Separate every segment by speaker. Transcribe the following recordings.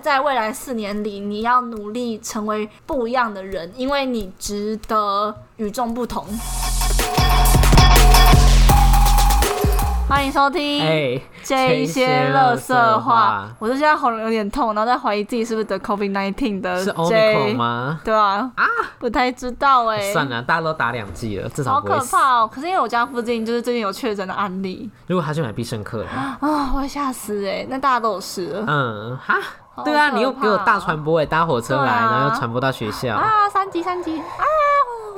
Speaker 1: 在未来四年里，你要努力成为不一样的人，因为你值得与众不同。欢迎收听。
Speaker 2: 哎，
Speaker 1: 这一些
Speaker 2: 垃
Speaker 1: 垃
Speaker 2: 圾
Speaker 1: 圾
Speaker 2: 话
Speaker 1: 话，我就现在喉咙有点痛，然后在怀疑自己是不是得 COVID nineteen 的
Speaker 2: 是
Speaker 1: J，
Speaker 2: Omicron 吗？
Speaker 1: 对啊，
Speaker 2: 啊，
Speaker 1: 不太知道哎、
Speaker 2: 算了，大家都打两剂了，至少
Speaker 1: 好
Speaker 2: 不会
Speaker 1: 可
Speaker 2: 死。
Speaker 1: 怕哦！可是因为我家附近就是最近有确诊的案例
Speaker 2: 如果他去买必胜客了，欸
Speaker 1: 啊、我会吓死哎、那大家都有事了
Speaker 2: 嗯，哈，
Speaker 1: 好
Speaker 2: 对啊，
Speaker 1: 可
Speaker 2: 你又给我
Speaker 1: 怕
Speaker 2: 大传播哎，搭火车
Speaker 1: 对
Speaker 2: 来，
Speaker 1: 啊
Speaker 2: 然后又传播到学校。
Speaker 1: 啊！三级三级啊！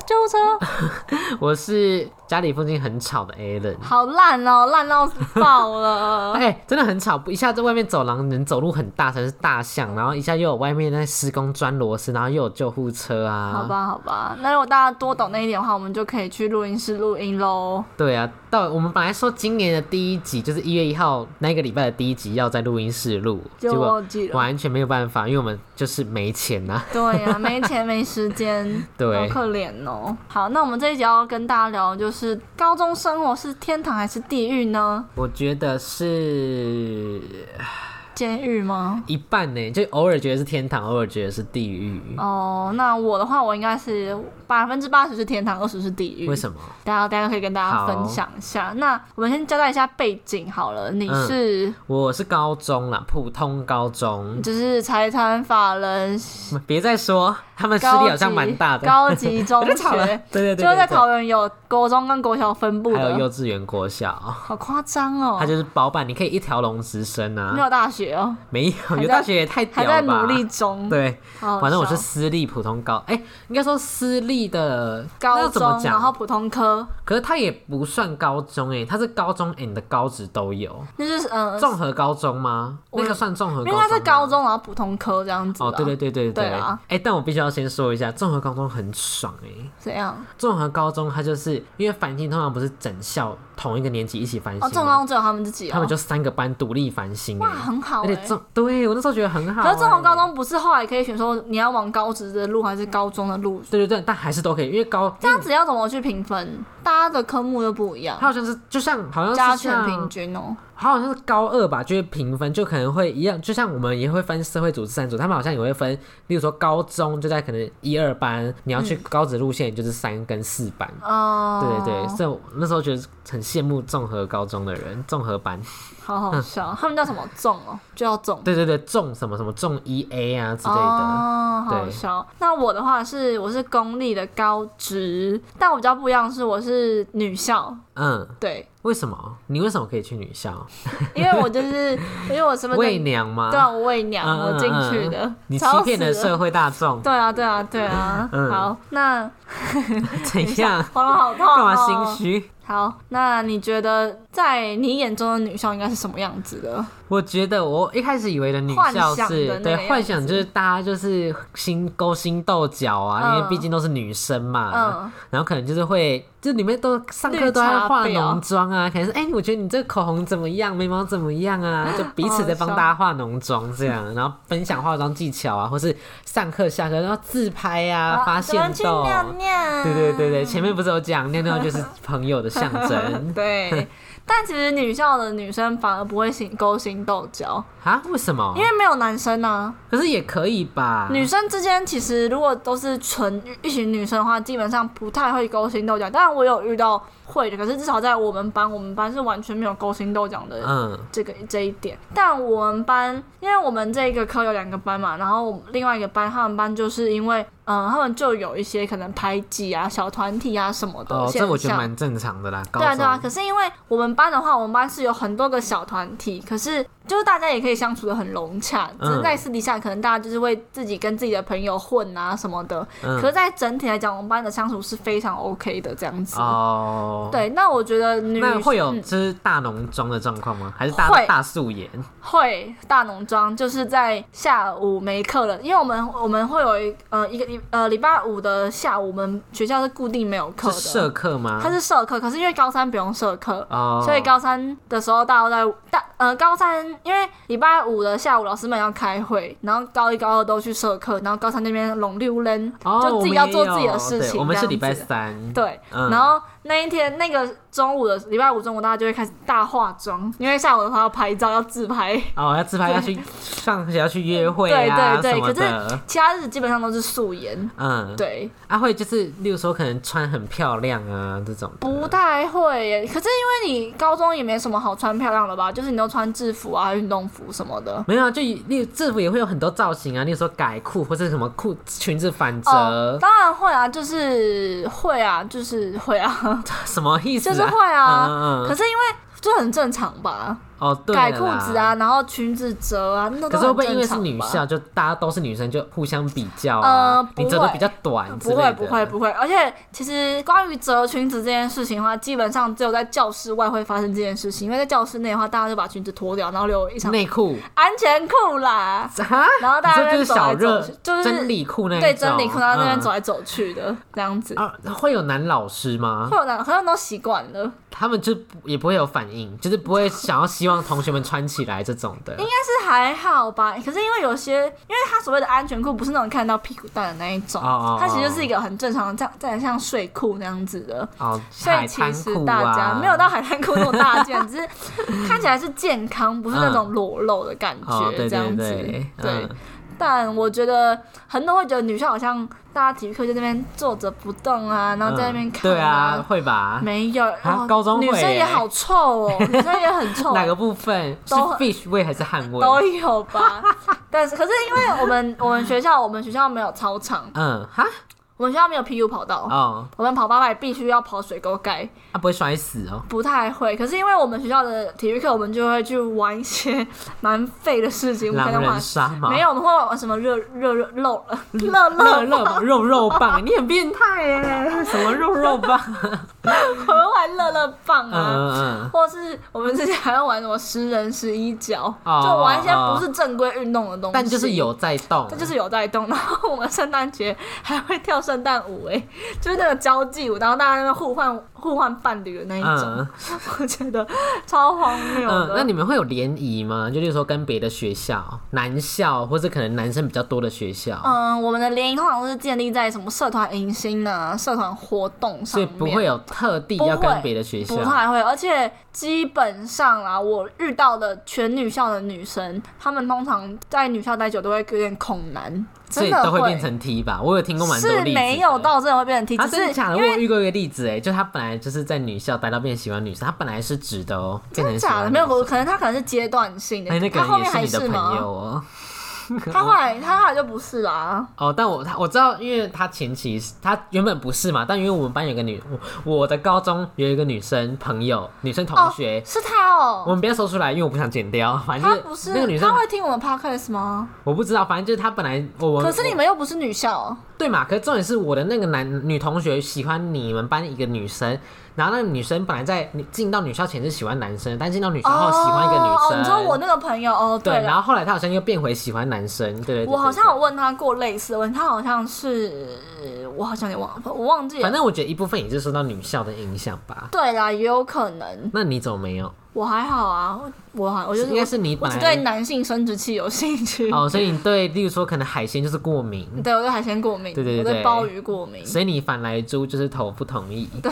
Speaker 1: 救护车
Speaker 2: 我是家里附近很吵的 Alan。
Speaker 1: 好烂哦，烂到爆 了！
Speaker 2: 哎、真的很吵，一下在外面走廊人走路很大声是大
Speaker 1: 啊
Speaker 2: 象，然后一下又有外面在施工钻螺丝，然后又有救护车啊。
Speaker 1: 好，吧，好吧，那如果大家多懂那一点的话，我们就可以去录音室录音喽。
Speaker 2: 对啊，到我们本来说今年的第一集就是一月一号那个礼拜的第一集要在录音室录，
Speaker 1: 结
Speaker 2: 结
Speaker 1: 果
Speaker 2: 果
Speaker 1: 忘记了
Speaker 2: 完全没有办法，因为我们就是没钱呐、
Speaker 1: 对呀、没钱没时间，
Speaker 2: 对
Speaker 1: 好可怜哦。好，那我们这一集要跟大家聊，的就是高中生活是天堂还是地狱呢？
Speaker 2: 我觉得是
Speaker 1: 监狱吗？
Speaker 2: 一半呢，就偶尔觉得是天堂，偶尔觉得是地狱。
Speaker 1: 哦，那我的话，我应该是百分之八十是天堂，二十是地狱。
Speaker 2: 为什么？
Speaker 1: 大家大家可以跟大家
Speaker 2: 好
Speaker 1: 分享一下。那我们先交代一下背景好了，你
Speaker 2: 嗯
Speaker 1: 是、
Speaker 2: 我是高中啦，普通高中，
Speaker 1: 就是财团法人
Speaker 2: 别再说，他们势
Speaker 1: 高
Speaker 2: 力
Speaker 1: 级
Speaker 2: 好像蛮大
Speaker 1: 嗯
Speaker 2: 的。
Speaker 1: 高级 中
Speaker 2: 别再吵了
Speaker 1: 学，
Speaker 2: 对对对对
Speaker 1: 就是在
Speaker 2: 对
Speaker 1: 桃园有国中跟国小分布
Speaker 2: 还有
Speaker 1: 的，
Speaker 2: 幼稚园、国小，
Speaker 1: 好夸张哦
Speaker 2: 它。就是包办，你可以一条龙直升
Speaker 1: 没
Speaker 2: 啊。
Speaker 1: 有大学哦，
Speaker 2: 没有，有大学也太屌
Speaker 1: 还
Speaker 2: 了吧
Speaker 1: 在努力中。
Speaker 2: 对，
Speaker 1: 好好
Speaker 2: 反正我是
Speaker 1: 笑
Speaker 2: 私立普通高，哎、应该说私立的那
Speaker 1: 高
Speaker 2: 要怎么
Speaker 1: 中，然后
Speaker 2: 讲？
Speaker 1: 普通科，
Speaker 2: 可是它也不算高中、哎，它是高中 and 高职都有，
Speaker 1: 那就是嗯，
Speaker 2: 综合高中吗？
Speaker 1: 我
Speaker 2: 那个算综合高
Speaker 1: 应
Speaker 2: 中吗？
Speaker 1: 该是高中，然后普通科这样子。
Speaker 2: 哦，对对，对对
Speaker 1: 对啊
Speaker 2: 哎、但我必须要先说一下，综合高中很爽哎、
Speaker 1: 怎样？
Speaker 2: 综合高中它就是因为繁星通常不是整校同一个年级一起繁星
Speaker 1: 哦，
Speaker 2: 吗，
Speaker 1: 重高中只有他们自己哦，
Speaker 2: 啊他们就三个班独立繁星、
Speaker 1: 哇，
Speaker 2: 哎，
Speaker 1: 很好
Speaker 2: 而
Speaker 1: 哎
Speaker 2: 且。综对我那时候觉得很好、
Speaker 1: 可是综合
Speaker 2: 哎
Speaker 1: 高中不是后来可以选说你要往高职的路还是高中的路？
Speaker 2: 对对对，但还是都可以，因为高
Speaker 1: 这样子要怎么去评分？大家的科目又不一样
Speaker 2: 它，好像是就像好像是
Speaker 1: 加权
Speaker 2: 像
Speaker 1: 平均哦。
Speaker 2: 他好像是高二吧，就会评分，就可能会一样，就像我们也会分社会组、三组，他们好像也会分，例如说高中就在可能一二班，你要去高职路线就是三跟四班。
Speaker 1: 哦，
Speaker 2: 对对对，，所以我那时候觉得很羡慕综合高中的人，综合班，
Speaker 1: 好好笑。他们叫什么重哦，就叫重。
Speaker 2: 嗯对对对，重什么什么重一 A 啊之类的，
Speaker 1: 哦，好
Speaker 2: 对
Speaker 1: 笑。那我的话是我是公立的高职，但我比较不一样是我是女校，
Speaker 2: 嗯，
Speaker 1: 对，
Speaker 2: 为什么？你为什么可以去女校？
Speaker 1: 因为我就是因为我身份
Speaker 2: 媚
Speaker 1: 证
Speaker 2: 娘吗？
Speaker 1: 对啊，我伪娘，
Speaker 2: 嗯
Speaker 1: 我进去
Speaker 2: 嗯
Speaker 1: 的，
Speaker 2: 你欺
Speaker 1: 吵
Speaker 2: 骗
Speaker 1: 死
Speaker 2: 了社会大众，
Speaker 1: 对啊，对啊，对啊。
Speaker 2: 嗯
Speaker 1: 好，那
Speaker 2: 怎样？
Speaker 1: 喉咙好痛、
Speaker 2: 干
Speaker 1: 哦，
Speaker 2: 嘛心虚？
Speaker 1: 好，那你觉得在你眼中的女校应该是什么样子的？
Speaker 2: 我觉得我一开始以为的女
Speaker 1: 幻
Speaker 2: 校
Speaker 1: 想的那
Speaker 2: 是
Speaker 1: 个
Speaker 2: 对
Speaker 1: 样
Speaker 2: 幻
Speaker 1: 子
Speaker 2: 想，就是大家就是心勾心斗角啊，因为毕
Speaker 1: 嗯
Speaker 2: 竟都是女生嘛，
Speaker 1: 嗯，
Speaker 2: 然后可能就是会，就里面都上
Speaker 1: 绿
Speaker 2: 课都
Speaker 1: 茶
Speaker 2: 要化
Speaker 1: 婊
Speaker 2: 浓妆啊，可能是哎、我觉得你这口红怎么样，眉毛怎么 样啊，就彼
Speaker 1: 好
Speaker 2: 此在帮
Speaker 1: 笑
Speaker 2: 大家化浓妆这
Speaker 1: 哦
Speaker 2: 样，然后分享化妆技巧啊，或是上课下课然后自拍啊，发
Speaker 1: 哦怎么
Speaker 2: 现
Speaker 1: 去
Speaker 2: 豆，
Speaker 1: 尿尿？
Speaker 2: 对对对对，前面不是有讲尿尿就是朋友的象 征
Speaker 1: 对。但其实女校的女生反而不会心勾心斗角，
Speaker 2: 啊？为什么
Speaker 1: 因？为没有男生啊。
Speaker 2: 可是也可以吧，
Speaker 1: 女生之间其实如果都是纯一群女生的话，基本上不太会勾心斗角。当然我有遇到会的，可是至少在我们班，我们班是完全没有勾心斗角的
Speaker 2: 嗯。
Speaker 1: 这个这一点。但我们班，因为我们这个科有两个班嘛，然后我们另外一个班，他们班就是因为，嗯、他们就有一些可能排挤啊、小团体啊什么的
Speaker 2: 哦，
Speaker 1: 现象。
Speaker 2: 这我觉得蛮正常的啦。高
Speaker 1: 对啊，
Speaker 2: 中
Speaker 1: 对啊。可是因为我们班的话，我们班是有很多个小团体，可是就是大家也可以相处的很融洽，
Speaker 2: 嗯
Speaker 1: 只是在私底下可能大家就是会自己跟自己的朋友混啊什么的。
Speaker 2: 嗯
Speaker 1: 可是，在整体来讲，我们班的相处是非常 OK 的这样子。
Speaker 2: 哦，，
Speaker 1: 对，那我觉得女
Speaker 2: 那会有
Speaker 1: 嗯
Speaker 2: 就是大浓妆的状况吗？还是大
Speaker 1: 会
Speaker 2: 大素颜？
Speaker 1: 会大浓妆，就是在下午没课了，因为我们我们会有一呃一个礼呃礼拜五的下午，我们学校是固定没有课
Speaker 2: 是
Speaker 1: 的，
Speaker 2: 社课吗？
Speaker 1: 它是社课，可是因为高三不用社课，
Speaker 2: 哦，
Speaker 1: 所以高三的时候大家都在大呃，高三因为礼拜五的下午老师们要开会，然后高一高二都去社课，然后高三那边拢溜人，
Speaker 2: 哦，
Speaker 1: 就自己要做自己的事
Speaker 2: 我们也有对
Speaker 1: 情
Speaker 2: 我们是
Speaker 1: 这样
Speaker 2: 礼拜
Speaker 1: 子
Speaker 2: 三，
Speaker 1: 对，
Speaker 2: 嗯
Speaker 1: 然后那一天那个中午的礼拜五中午，大家就会开始大化妆，因为下午的话要拍照要自拍，
Speaker 2: 哦，要自拍要去上学要去约会
Speaker 1: 对
Speaker 2: 啊
Speaker 1: 对对
Speaker 2: 什么
Speaker 1: 可是
Speaker 2: 的，
Speaker 1: 其他日子基本上都是素颜。
Speaker 2: 嗯，
Speaker 1: 对，
Speaker 2: 阿慧就是，例如说可能穿很漂亮啊这种的，
Speaker 1: 不太会耶。可是因为你高中也没什么好穿漂亮的吧，就是你都穿制服啊、运动服什么的。
Speaker 2: 没有啊，就以例如制服也会有很多造型啊，例如说改裤或者什么裤裙子反折，
Speaker 1: 哦，当然会啊，就是会啊，就是会 啊，
Speaker 2: 什么意思、
Speaker 1: 就
Speaker 2: 啊？
Speaker 1: 是会啊。
Speaker 2: 嗯嗯
Speaker 1: 可
Speaker 2: 嗯，
Speaker 1: 是因为这很正常吧，
Speaker 2: 哦，对
Speaker 1: 改
Speaker 2: 了
Speaker 1: 裤
Speaker 2: 啦
Speaker 1: 子啊，。然后裙子折啊，那
Speaker 2: 可
Speaker 1: 都
Speaker 2: 是会不
Speaker 1: 很
Speaker 2: 会因为
Speaker 1: 正
Speaker 2: 是
Speaker 1: 常
Speaker 2: 女
Speaker 1: 吧。
Speaker 2: 校，就大家都是女生，就互相比较啊？
Speaker 1: 呃不
Speaker 2: 你折的
Speaker 1: 会
Speaker 2: 比较短之
Speaker 1: 不
Speaker 2: 类
Speaker 1: 会
Speaker 2: 的，
Speaker 1: 不会不会，而且其实关于折裙子这件事情的话，基本上只有在教室外会发生这件事情，因为在教室内的话，大家就把裙子脱掉，然后留一场
Speaker 2: 内 裤
Speaker 1: 安全裤啦，
Speaker 2: 啊，
Speaker 1: 然后大家
Speaker 2: 你说
Speaker 1: 在
Speaker 2: 就是
Speaker 1: 走
Speaker 2: 小
Speaker 1: 来走
Speaker 2: 热
Speaker 1: 去，就是
Speaker 2: 真理裤那一
Speaker 1: 对真理
Speaker 2: 种
Speaker 1: 裤，然后在那边
Speaker 2: 嗯
Speaker 1: 走来走去的这样子，
Speaker 2: 啊，会有男老师吗？
Speaker 1: 会有人很多人都习惯了，应
Speaker 2: 他们就不也不会有反应，就是不会想要希望同学们穿起来这种的。
Speaker 1: 该是还好吧。可是因为有些，因为它所谓的安全裤不是那种看到屁股蛋的那一种，
Speaker 2: 哦哦哦
Speaker 1: 它其实就是一个很正常的，这样这样像睡裤那样子的。
Speaker 2: 哦，
Speaker 1: 所以
Speaker 2: 海
Speaker 1: 其
Speaker 2: 滩
Speaker 1: 实
Speaker 2: 裤
Speaker 1: 大家、
Speaker 2: 啊，
Speaker 1: 没有到海滩裤那么大件，只是看起来是健康，不是那种裸露的感
Speaker 2: 哦，
Speaker 1: 觉，
Speaker 2: 对
Speaker 1: 这样
Speaker 2: 对
Speaker 1: 子。
Speaker 2: 对，
Speaker 1: 对
Speaker 2: 嗯，
Speaker 1: 但我觉得很多人会觉得女校好像大家体育课就在那边坐着不动啊，然后在那边
Speaker 2: 嗯
Speaker 1: 看、
Speaker 2: 对啊，，会吧？
Speaker 1: 没有，哦
Speaker 2: 高中会
Speaker 1: 女生也
Speaker 2: 欸
Speaker 1: 好臭哦，女生也很 臭，
Speaker 2: 哪个部分是
Speaker 1: 都
Speaker 2: fish 味还是汗味？
Speaker 1: 都有吧。但是可是因为我们我们学校我们学校没有操场，
Speaker 2: 嗯，哈，
Speaker 1: 我们学校没有 PU 跑道，
Speaker 2: 哦，
Speaker 1: 我们跑八百必须要跑水沟盖，
Speaker 2: 啊，不会摔死哦。
Speaker 1: 不太会。可是因为我们学校的体育课，我们就会去玩一些蛮废的事情，我们可
Speaker 2: 狼
Speaker 1: 能
Speaker 2: 人
Speaker 1: 玩。
Speaker 2: 杀吗？
Speaker 1: 没有，我们会玩什么热热热肉了，热
Speaker 2: 乐
Speaker 1: 热
Speaker 2: 乐肉肉棒，你很变态耶！什么肉肉棒？
Speaker 1: 我们玩乐乐棒
Speaker 2: 嗯
Speaker 1: 啊，
Speaker 2: 嗯嗯，
Speaker 1: 或是我们之前还要玩什么十人十一脚，
Speaker 2: 哦
Speaker 1: 就玩一些
Speaker 2: 哦
Speaker 1: 不是正规运动的东西。
Speaker 2: 但就是，有在动，
Speaker 1: 但就是有在动。 然后我们圣诞节还会跳圣诞舞，哎，就是那个交际舞，然后大家在那边互换互换伴侣的那一种，
Speaker 2: 嗯
Speaker 1: 我觉得超荒谬的。
Speaker 2: 嗯，那你们会有联谊吗？就例如说跟别的学校、男校，或是可能男生比较多的学校，
Speaker 1: 嗯，我们的联谊通常都是建立在什么社团迎新啊、社团活动上
Speaker 2: 所以
Speaker 1: 面，
Speaker 2: 不会有特地
Speaker 1: 不
Speaker 2: 要
Speaker 1: 会
Speaker 2: 跟别的学校
Speaker 1: 不。太会，而且基本上啦，我遇到的全女校的女生，她们通常在女校待久都会有点恐男，
Speaker 2: 所
Speaker 1: 真
Speaker 2: 以
Speaker 1: 的
Speaker 2: 都会变成 T 吧，我有听过蛮多
Speaker 1: 是
Speaker 2: 例子。
Speaker 1: 没有，到真的会变成 T，
Speaker 2: 啊，
Speaker 1: 只
Speaker 2: 真的
Speaker 1: 是
Speaker 2: 假的？我有遇过一个例子，哎，就他本来就是在女校待到变喜欢女生，他本来是直的哦，变成喜
Speaker 1: 假
Speaker 2: 欢
Speaker 1: 的
Speaker 2: 女
Speaker 1: 没有，
Speaker 2: 生。
Speaker 1: 可能她可能是阶段性
Speaker 2: 哎，那
Speaker 1: 的，
Speaker 2: 个
Speaker 1: 她后
Speaker 2: 人
Speaker 1: 面
Speaker 2: 也是
Speaker 1: 还
Speaker 2: 你的
Speaker 1: 是
Speaker 2: 朋友
Speaker 1: 吗？
Speaker 2: 哦。
Speaker 1: 她后来她后来就不是啦，
Speaker 2: 哦，但我他我知道，因为他前期是他原本不是嘛，但因为我们班有个女，我我的高中有一个女生朋友，女生同
Speaker 1: 哦
Speaker 2: 学，，
Speaker 1: 是她
Speaker 2: 我
Speaker 1: 哦。
Speaker 2: 们不要说出来，因为我不想剪掉。 反
Speaker 1: 她
Speaker 2: 正
Speaker 1: 不
Speaker 2: 就是
Speaker 1: 是，
Speaker 2: 那个女生
Speaker 1: 她，会听我们 podcast 吗？
Speaker 2: 我不知道，反正就是她本来我
Speaker 1: 可是你
Speaker 2: 我
Speaker 1: 们又不是女校，
Speaker 2: 对嘛？可是重点是我的那个男女同学喜欢你们班一个女生，然后那个女生本来在你进到女校前是喜欢男生，但进到女校后喜欢一个女
Speaker 1: 哦，
Speaker 2: 生。
Speaker 1: 你说我那个朋友哦，
Speaker 2: 对，
Speaker 1: 了
Speaker 2: 然后后来她好像又变回喜欢男生，对对对
Speaker 1: 我好像
Speaker 2: 对
Speaker 1: 有问他过类似的问题，他好像是我好像也忘了，我忘记
Speaker 2: 对
Speaker 1: 了
Speaker 2: 反。正我觉得一部分也是受到女校的影响吧。
Speaker 1: 对啦，也有可能，
Speaker 2: 那你怎么没有？
Speaker 1: 我还好啊，我我还我就是
Speaker 2: 应该是你
Speaker 1: 我
Speaker 2: 本
Speaker 1: 只对
Speaker 2: 来
Speaker 1: 男性生殖器有兴趣，
Speaker 2: 哦，所以你对，例如说可能海鲜就是过敏，
Speaker 1: 对我对海鲜过敏，
Speaker 2: 对对对
Speaker 1: 我对
Speaker 2: 对
Speaker 1: 鲍鱼过敏，
Speaker 2: 所以你反来猪就是头不同意。
Speaker 1: 啊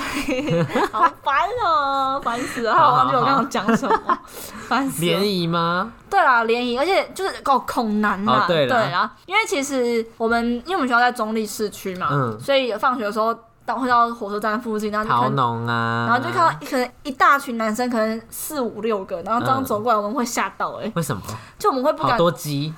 Speaker 1: 好烦哦，烦死了，
Speaker 2: 好
Speaker 1: 我忘记
Speaker 2: 好
Speaker 1: 我刚
Speaker 2: 好
Speaker 1: 刚讲什么， 烦死了
Speaker 2: 联。谊吗？
Speaker 1: 对啦，联谊，而且就是够恐难啦，
Speaker 2: 哦对啦
Speaker 1: 啦，因为其实我们因为我们学校在中立市区嘛，
Speaker 2: 嗯
Speaker 1: 所以放学的时候到会到火车站附近，然后就
Speaker 2: 桃
Speaker 1: 看
Speaker 2: 农啊，
Speaker 1: 然后就看到可能一大群男生，可能四五六个，然后这
Speaker 2: 嗯
Speaker 1: 样走过来，我们会吓到哎、欸
Speaker 2: 为什么
Speaker 1: 就我们会不
Speaker 2: 好
Speaker 1: 敢，
Speaker 2: 多鸡？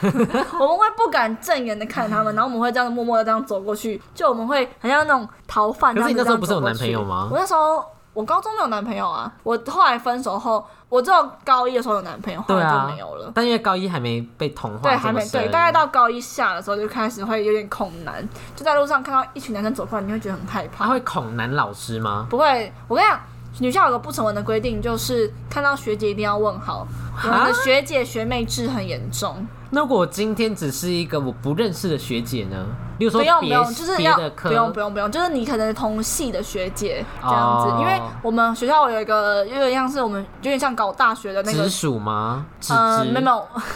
Speaker 1: 我们会不敢正眼的看
Speaker 2: 嗯
Speaker 1: 他们，然后我们会这样默默的这样走过去，就我们会很像那种逃犯这样
Speaker 2: 可是
Speaker 1: 子
Speaker 2: 你那时候不是有
Speaker 1: 这样走过去
Speaker 2: 男朋友吗
Speaker 1: 我那时候我高中没有男朋友啊，我后来分手后，我只有高一的时候有男朋友，后
Speaker 2: 对
Speaker 1: 来
Speaker 2: 啊
Speaker 1: 就没有了。
Speaker 2: 但因为高一还没被同化，
Speaker 1: 对，还没对，大概。到高一下的时候就开始会有点恐男，就在路上看到一群男生走过来，你会觉得很害怕。
Speaker 2: 他会恐男老师吗？
Speaker 1: 不会，我跟你讲，女校有个不成文的规定，就是看到学姐一定要问好。我们的学姐学妹制很严重，
Speaker 2: 那如果我今天只是一个我不认识的学姐呢？例如
Speaker 1: 不
Speaker 2: 说
Speaker 1: 用不
Speaker 2: 别
Speaker 1: 用，就是
Speaker 2: 别
Speaker 1: 要
Speaker 2: 的科，
Speaker 1: 不用不用不用，就是你可能同系的学姐这样子，
Speaker 2: 哦
Speaker 1: 因为我们学校有一个有点像是我们有点像搞大学的那个
Speaker 2: 直，属吗？直
Speaker 1: 嗯、
Speaker 2: 直
Speaker 1: 没有没有。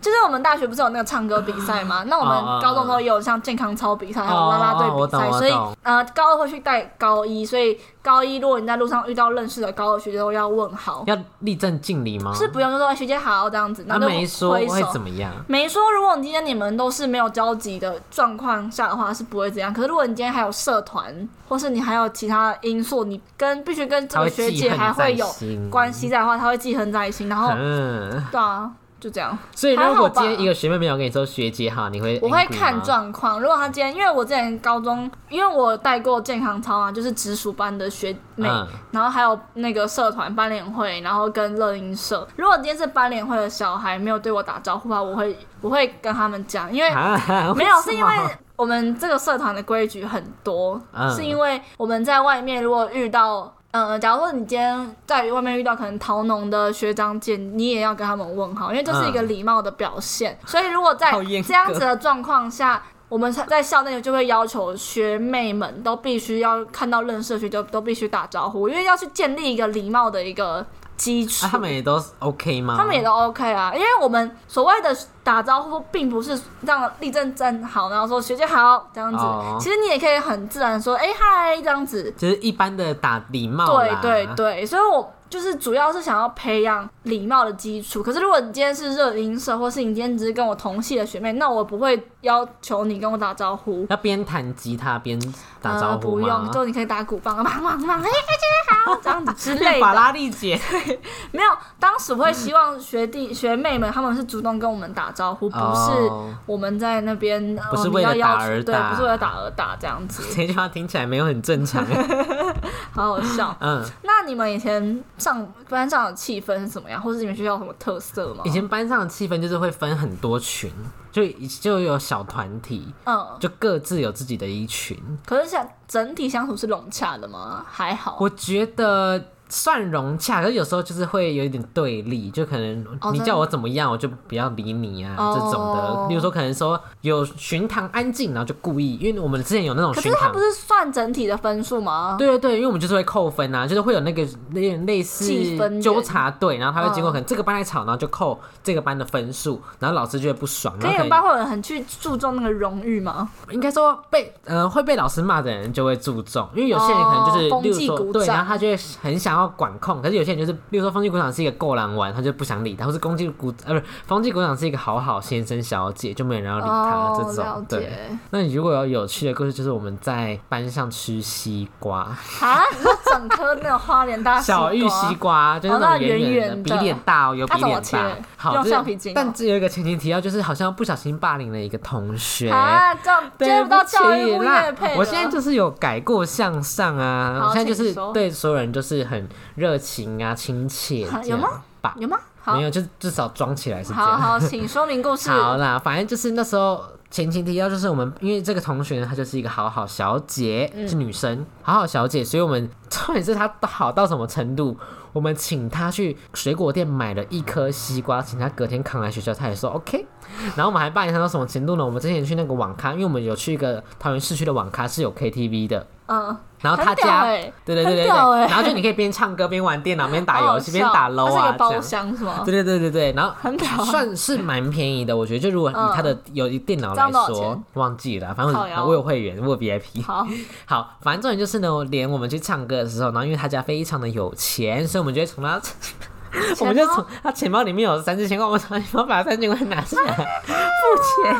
Speaker 1: 就是我们大学不是有那个唱歌比赛嘛？那我
Speaker 2: 哦哦
Speaker 1: 们高中的时候也有像健康操比赛，还有
Speaker 2: 哦
Speaker 1: 啦啦队
Speaker 2: 哦我
Speaker 1: 比
Speaker 2: 懂
Speaker 1: 赛，
Speaker 2: 我
Speaker 1: 所以
Speaker 2: 懂
Speaker 1: 呃，高二会去带高一，所以高一如果你在路上遇到认识的高二学姐，都要问好，
Speaker 2: 要立正敬礼吗？
Speaker 1: 是不用就说哎学姐好这样子，
Speaker 2: 他
Speaker 1: 然后就
Speaker 2: 啊没说
Speaker 1: 挥
Speaker 2: 会
Speaker 1: 手
Speaker 2: 怎么样？
Speaker 1: 没说，如果你今天你们都是没有交集的状况下的话，是不会怎样。可是如果你今天还有社团，或是你还有其他因素，你跟必须跟这
Speaker 2: 他
Speaker 1: 个
Speaker 2: 会
Speaker 1: 学
Speaker 2: 记
Speaker 1: 姐还
Speaker 2: 恨
Speaker 1: 会
Speaker 2: 在
Speaker 1: 有
Speaker 2: 心。
Speaker 1: 关系在的话，他会记恨在心。然后，
Speaker 2: 嗯，
Speaker 1: 对啊，就这样。
Speaker 2: 所以
Speaker 1: 还
Speaker 2: 如
Speaker 1: 好
Speaker 2: 果
Speaker 1: 吧
Speaker 2: 今天一个学妹没有跟你说学姐好，你会
Speaker 1: 我会
Speaker 2: angry
Speaker 1: 看
Speaker 2: 吗，
Speaker 1: 状况。如果他今天，因为我之前高中，因为我带过健康操啊，就是直属班的学妹，
Speaker 2: 嗯，
Speaker 1: 然后还有那个社团班联会，然后跟乐音社。如果今天是班联会的小孩没有对我打招呼的话，我会我会跟他们讲，因为
Speaker 2: 啊
Speaker 1: 没有，是
Speaker 2: 什
Speaker 1: 因
Speaker 2: 么
Speaker 1: 为我们这个社团的规矩很多，
Speaker 2: 嗯
Speaker 1: 是因为我们在外面如果遇到。呃，假如说你今天在外面遇到可能桃农的学长姐，你也要跟他们问好，因为这是一个
Speaker 2: 嗯
Speaker 1: 礼貌的表现。所以如果在
Speaker 2: 好严格
Speaker 1: 这样子的状况下，我们在校内就会要求学妹们都必须要看到认识的学就都必须打招呼，因为要去建立一个礼貌的一个基础。
Speaker 2: 啊他们也都是 OK 吗？
Speaker 1: 他们也都 OK 啊，因为我们所谓的打招呼，并不是让立正站好，然后说学姐好这样子。
Speaker 2: 哦
Speaker 1: 其实你也可以很自然地说，哎、嗨这样子。
Speaker 2: 就是一般的打礼貌
Speaker 1: 对
Speaker 2: 啦，
Speaker 1: 对对，哦所以我就是主要是想要培养礼貌的基础。可是如果你今天是热音社，或是你今天只是跟我同系的学妹，那我不会要求你跟我打招呼。
Speaker 2: 要边弹吉他边打招
Speaker 1: 呃、
Speaker 2: 呼
Speaker 1: 不
Speaker 2: 吗？
Speaker 1: 用，就你可以打鼓棒，忙忙忙，哎、学姐好，这样子之类
Speaker 2: 变
Speaker 1: 的。
Speaker 2: 法拉利姐，
Speaker 1: 没有，当时我会希望学弟学妹们他们是主动跟我们打招呼，不是
Speaker 2: 哦
Speaker 1: 我们在那边呃
Speaker 2: 不是
Speaker 1: 你
Speaker 2: 为了
Speaker 1: 要要求
Speaker 2: 打而
Speaker 1: 对，
Speaker 2: 打
Speaker 1: 不是为了打而打这样 子，
Speaker 2: 这句话听起来没有很 正常。。
Speaker 1: 好好笑
Speaker 2: 嗯，
Speaker 1: 那你们以前上班上的气氛是怎么样，或是你们学校有什么特色吗
Speaker 2: 以？前班上的气氛就是会分很多群，就就有小团体，
Speaker 1: 嗯，
Speaker 2: 就各自有自己的一群。
Speaker 1: 可是像整体相处是融洽的吗？还好。
Speaker 2: 我觉得算融洽，可是有时候就是会有一点对立，就可能
Speaker 1: 哦
Speaker 2: 你
Speaker 1: 真的
Speaker 2: 叫我怎么样，我就不要理你啊、
Speaker 1: 哦
Speaker 2: 这种的。例如说，可能说有巡堂安静，然后就故意，因为我们之前有那种
Speaker 1: 可
Speaker 2: 巡
Speaker 1: 是他
Speaker 2: 堂
Speaker 1: 不。是算整体的分数吗？
Speaker 2: 对对对，因为我们就是会扣分啊，就是会有那个有点类似
Speaker 1: 计分员
Speaker 2: 纠察队，然后他会经过
Speaker 1: 嗯
Speaker 2: 可能这个班来吵，然后就扣这个班的分数，然后老师就会不爽，
Speaker 1: 可
Speaker 2: 然
Speaker 1: 是
Speaker 2: 后
Speaker 1: 你们
Speaker 2: 可
Speaker 1: 班
Speaker 2: 能
Speaker 1: 会有人很去注重那个荣誉吗？
Speaker 2: 应该说被呃会被老师骂的人就会注重，因为有些人可能就是、
Speaker 1: 哦
Speaker 2: 例
Speaker 1: 风纪
Speaker 2: 如
Speaker 1: 鼓
Speaker 2: 说对，
Speaker 1: 掌
Speaker 2: 然后他就会很想要管控，可是有些人就是例如说风纪鼓掌是一个够狼玩，他就不想理他，或是公纪鼓呃不是风纪鼓掌是一个好好先生小姐，就没有人要理他、
Speaker 1: 哦，
Speaker 2: 这
Speaker 1: 了
Speaker 2: 种对。
Speaker 1: 解。
Speaker 2: 那你如果有有趣的故事，就是我们在班上吃西瓜，
Speaker 1: 啊，你说整颗那种花莲大
Speaker 2: 小玉西瓜，就是那
Speaker 1: 那
Speaker 2: 种圆
Speaker 1: 圆
Speaker 2: 圆
Speaker 1: 圆
Speaker 2: 比
Speaker 1: 的
Speaker 2: 脸大哦，有
Speaker 1: 它
Speaker 2: 比
Speaker 1: 怎
Speaker 2: 脸
Speaker 1: 么
Speaker 2: 大
Speaker 1: 切。
Speaker 2: 好，
Speaker 1: 用
Speaker 2: 这个
Speaker 1: 橡皮筋哦
Speaker 2: 但只有一个前提提到，就是好像不小心霸凌了一个同学。
Speaker 1: 啊，这样接
Speaker 2: 对
Speaker 1: 不
Speaker 2: 不
Speaker 1: 到
Speaker 2: 起
Speaker 1: 教育部业
Speaker 2: 啦
Speaker 1: 配，
Speaker 2: 我
Speaker 1: 了
Speaker 2: 现在就是有改过向上啊，
Speaker 1: 好
Speaker 2: 我现在就
Speaker 1: 请
Speaker 2: 是
Speaker 1: 说
Speaker 2: 对所有人就是很热情啊、亲切
Speaker 1: 哈，
Speaker 2: 这样
Speaker 1: 有吗
Speaker 2: 吧？
Speaker 1: 有吗？好
Speaker 2: 没，有，就至少装起来是这
Speaker 1: 好
Speaker 2: 样。
Speaker 1: 好，请说明故事。
Speaker 2: 好啦，反正就是那时候前情提要，就是我们因为这个同学呢她就是一个好好小姐，
Speaker 1: 嗯
Speaker 2: 是女生，好好小姐，所以我们重点是她好到什么程度，我们请她去水果店买了一颗西瓜，请她隔天扛来学校，她也说 OK。然后我们还扮演她到什么程度呢？我们之前去那个网咖，因为我们有去一个桃园市区的网咖是有 KTV 的，
Speaker 1: 嗯，
Speaker 2: 然后她
Speaker 1: 很屌
Speaker 2: 家。
Speaker 1: 欸
Speaker 2: 对对对对
Speaker 1: 很屌
Speaker 2: 对，
Speaker 1: 欸
Speaker 2: 然后就你可以边唱歌边玩电脑边打
Speaker 1: 好好
Speaker 2: 游戏边打
Speaker 1: 笑
Speaker 2: LO
Speaker 1: 它是一
Speaker 2: 啊，
Speaker 1: 个
Speaker 2: 这
Speaker 1: 包
Speaker 2: 样。
Speaker 1: 厢是吗？
Speaker 2: 对对对对对，然后
Speaker 1: 哦很屌啊
Speaker 2: 算是蛮便宜的，我觉得。就如果以
Speaker 1: 嗯
Speaker 2: 它的有一电脑
Speaker 1: 这样
Speaker 2: 来
Speaker 1: 多少
Speaker 2: 说
Speaker 1: 钱，
Speaker 2: 忘记了，反正
Speaker 1: 靠腰
Speaker 2: 我我有会员，我有 VIP。
Speaker 1: 好，
Speaker 2: 好，反正重点就是呢，我连我们去唱歌的时候，然后因为他家非常的有钱，所以我们就会从他， 我们就从他钱包里面有三四千块，我们从钱包把三千块拿下来 付钱。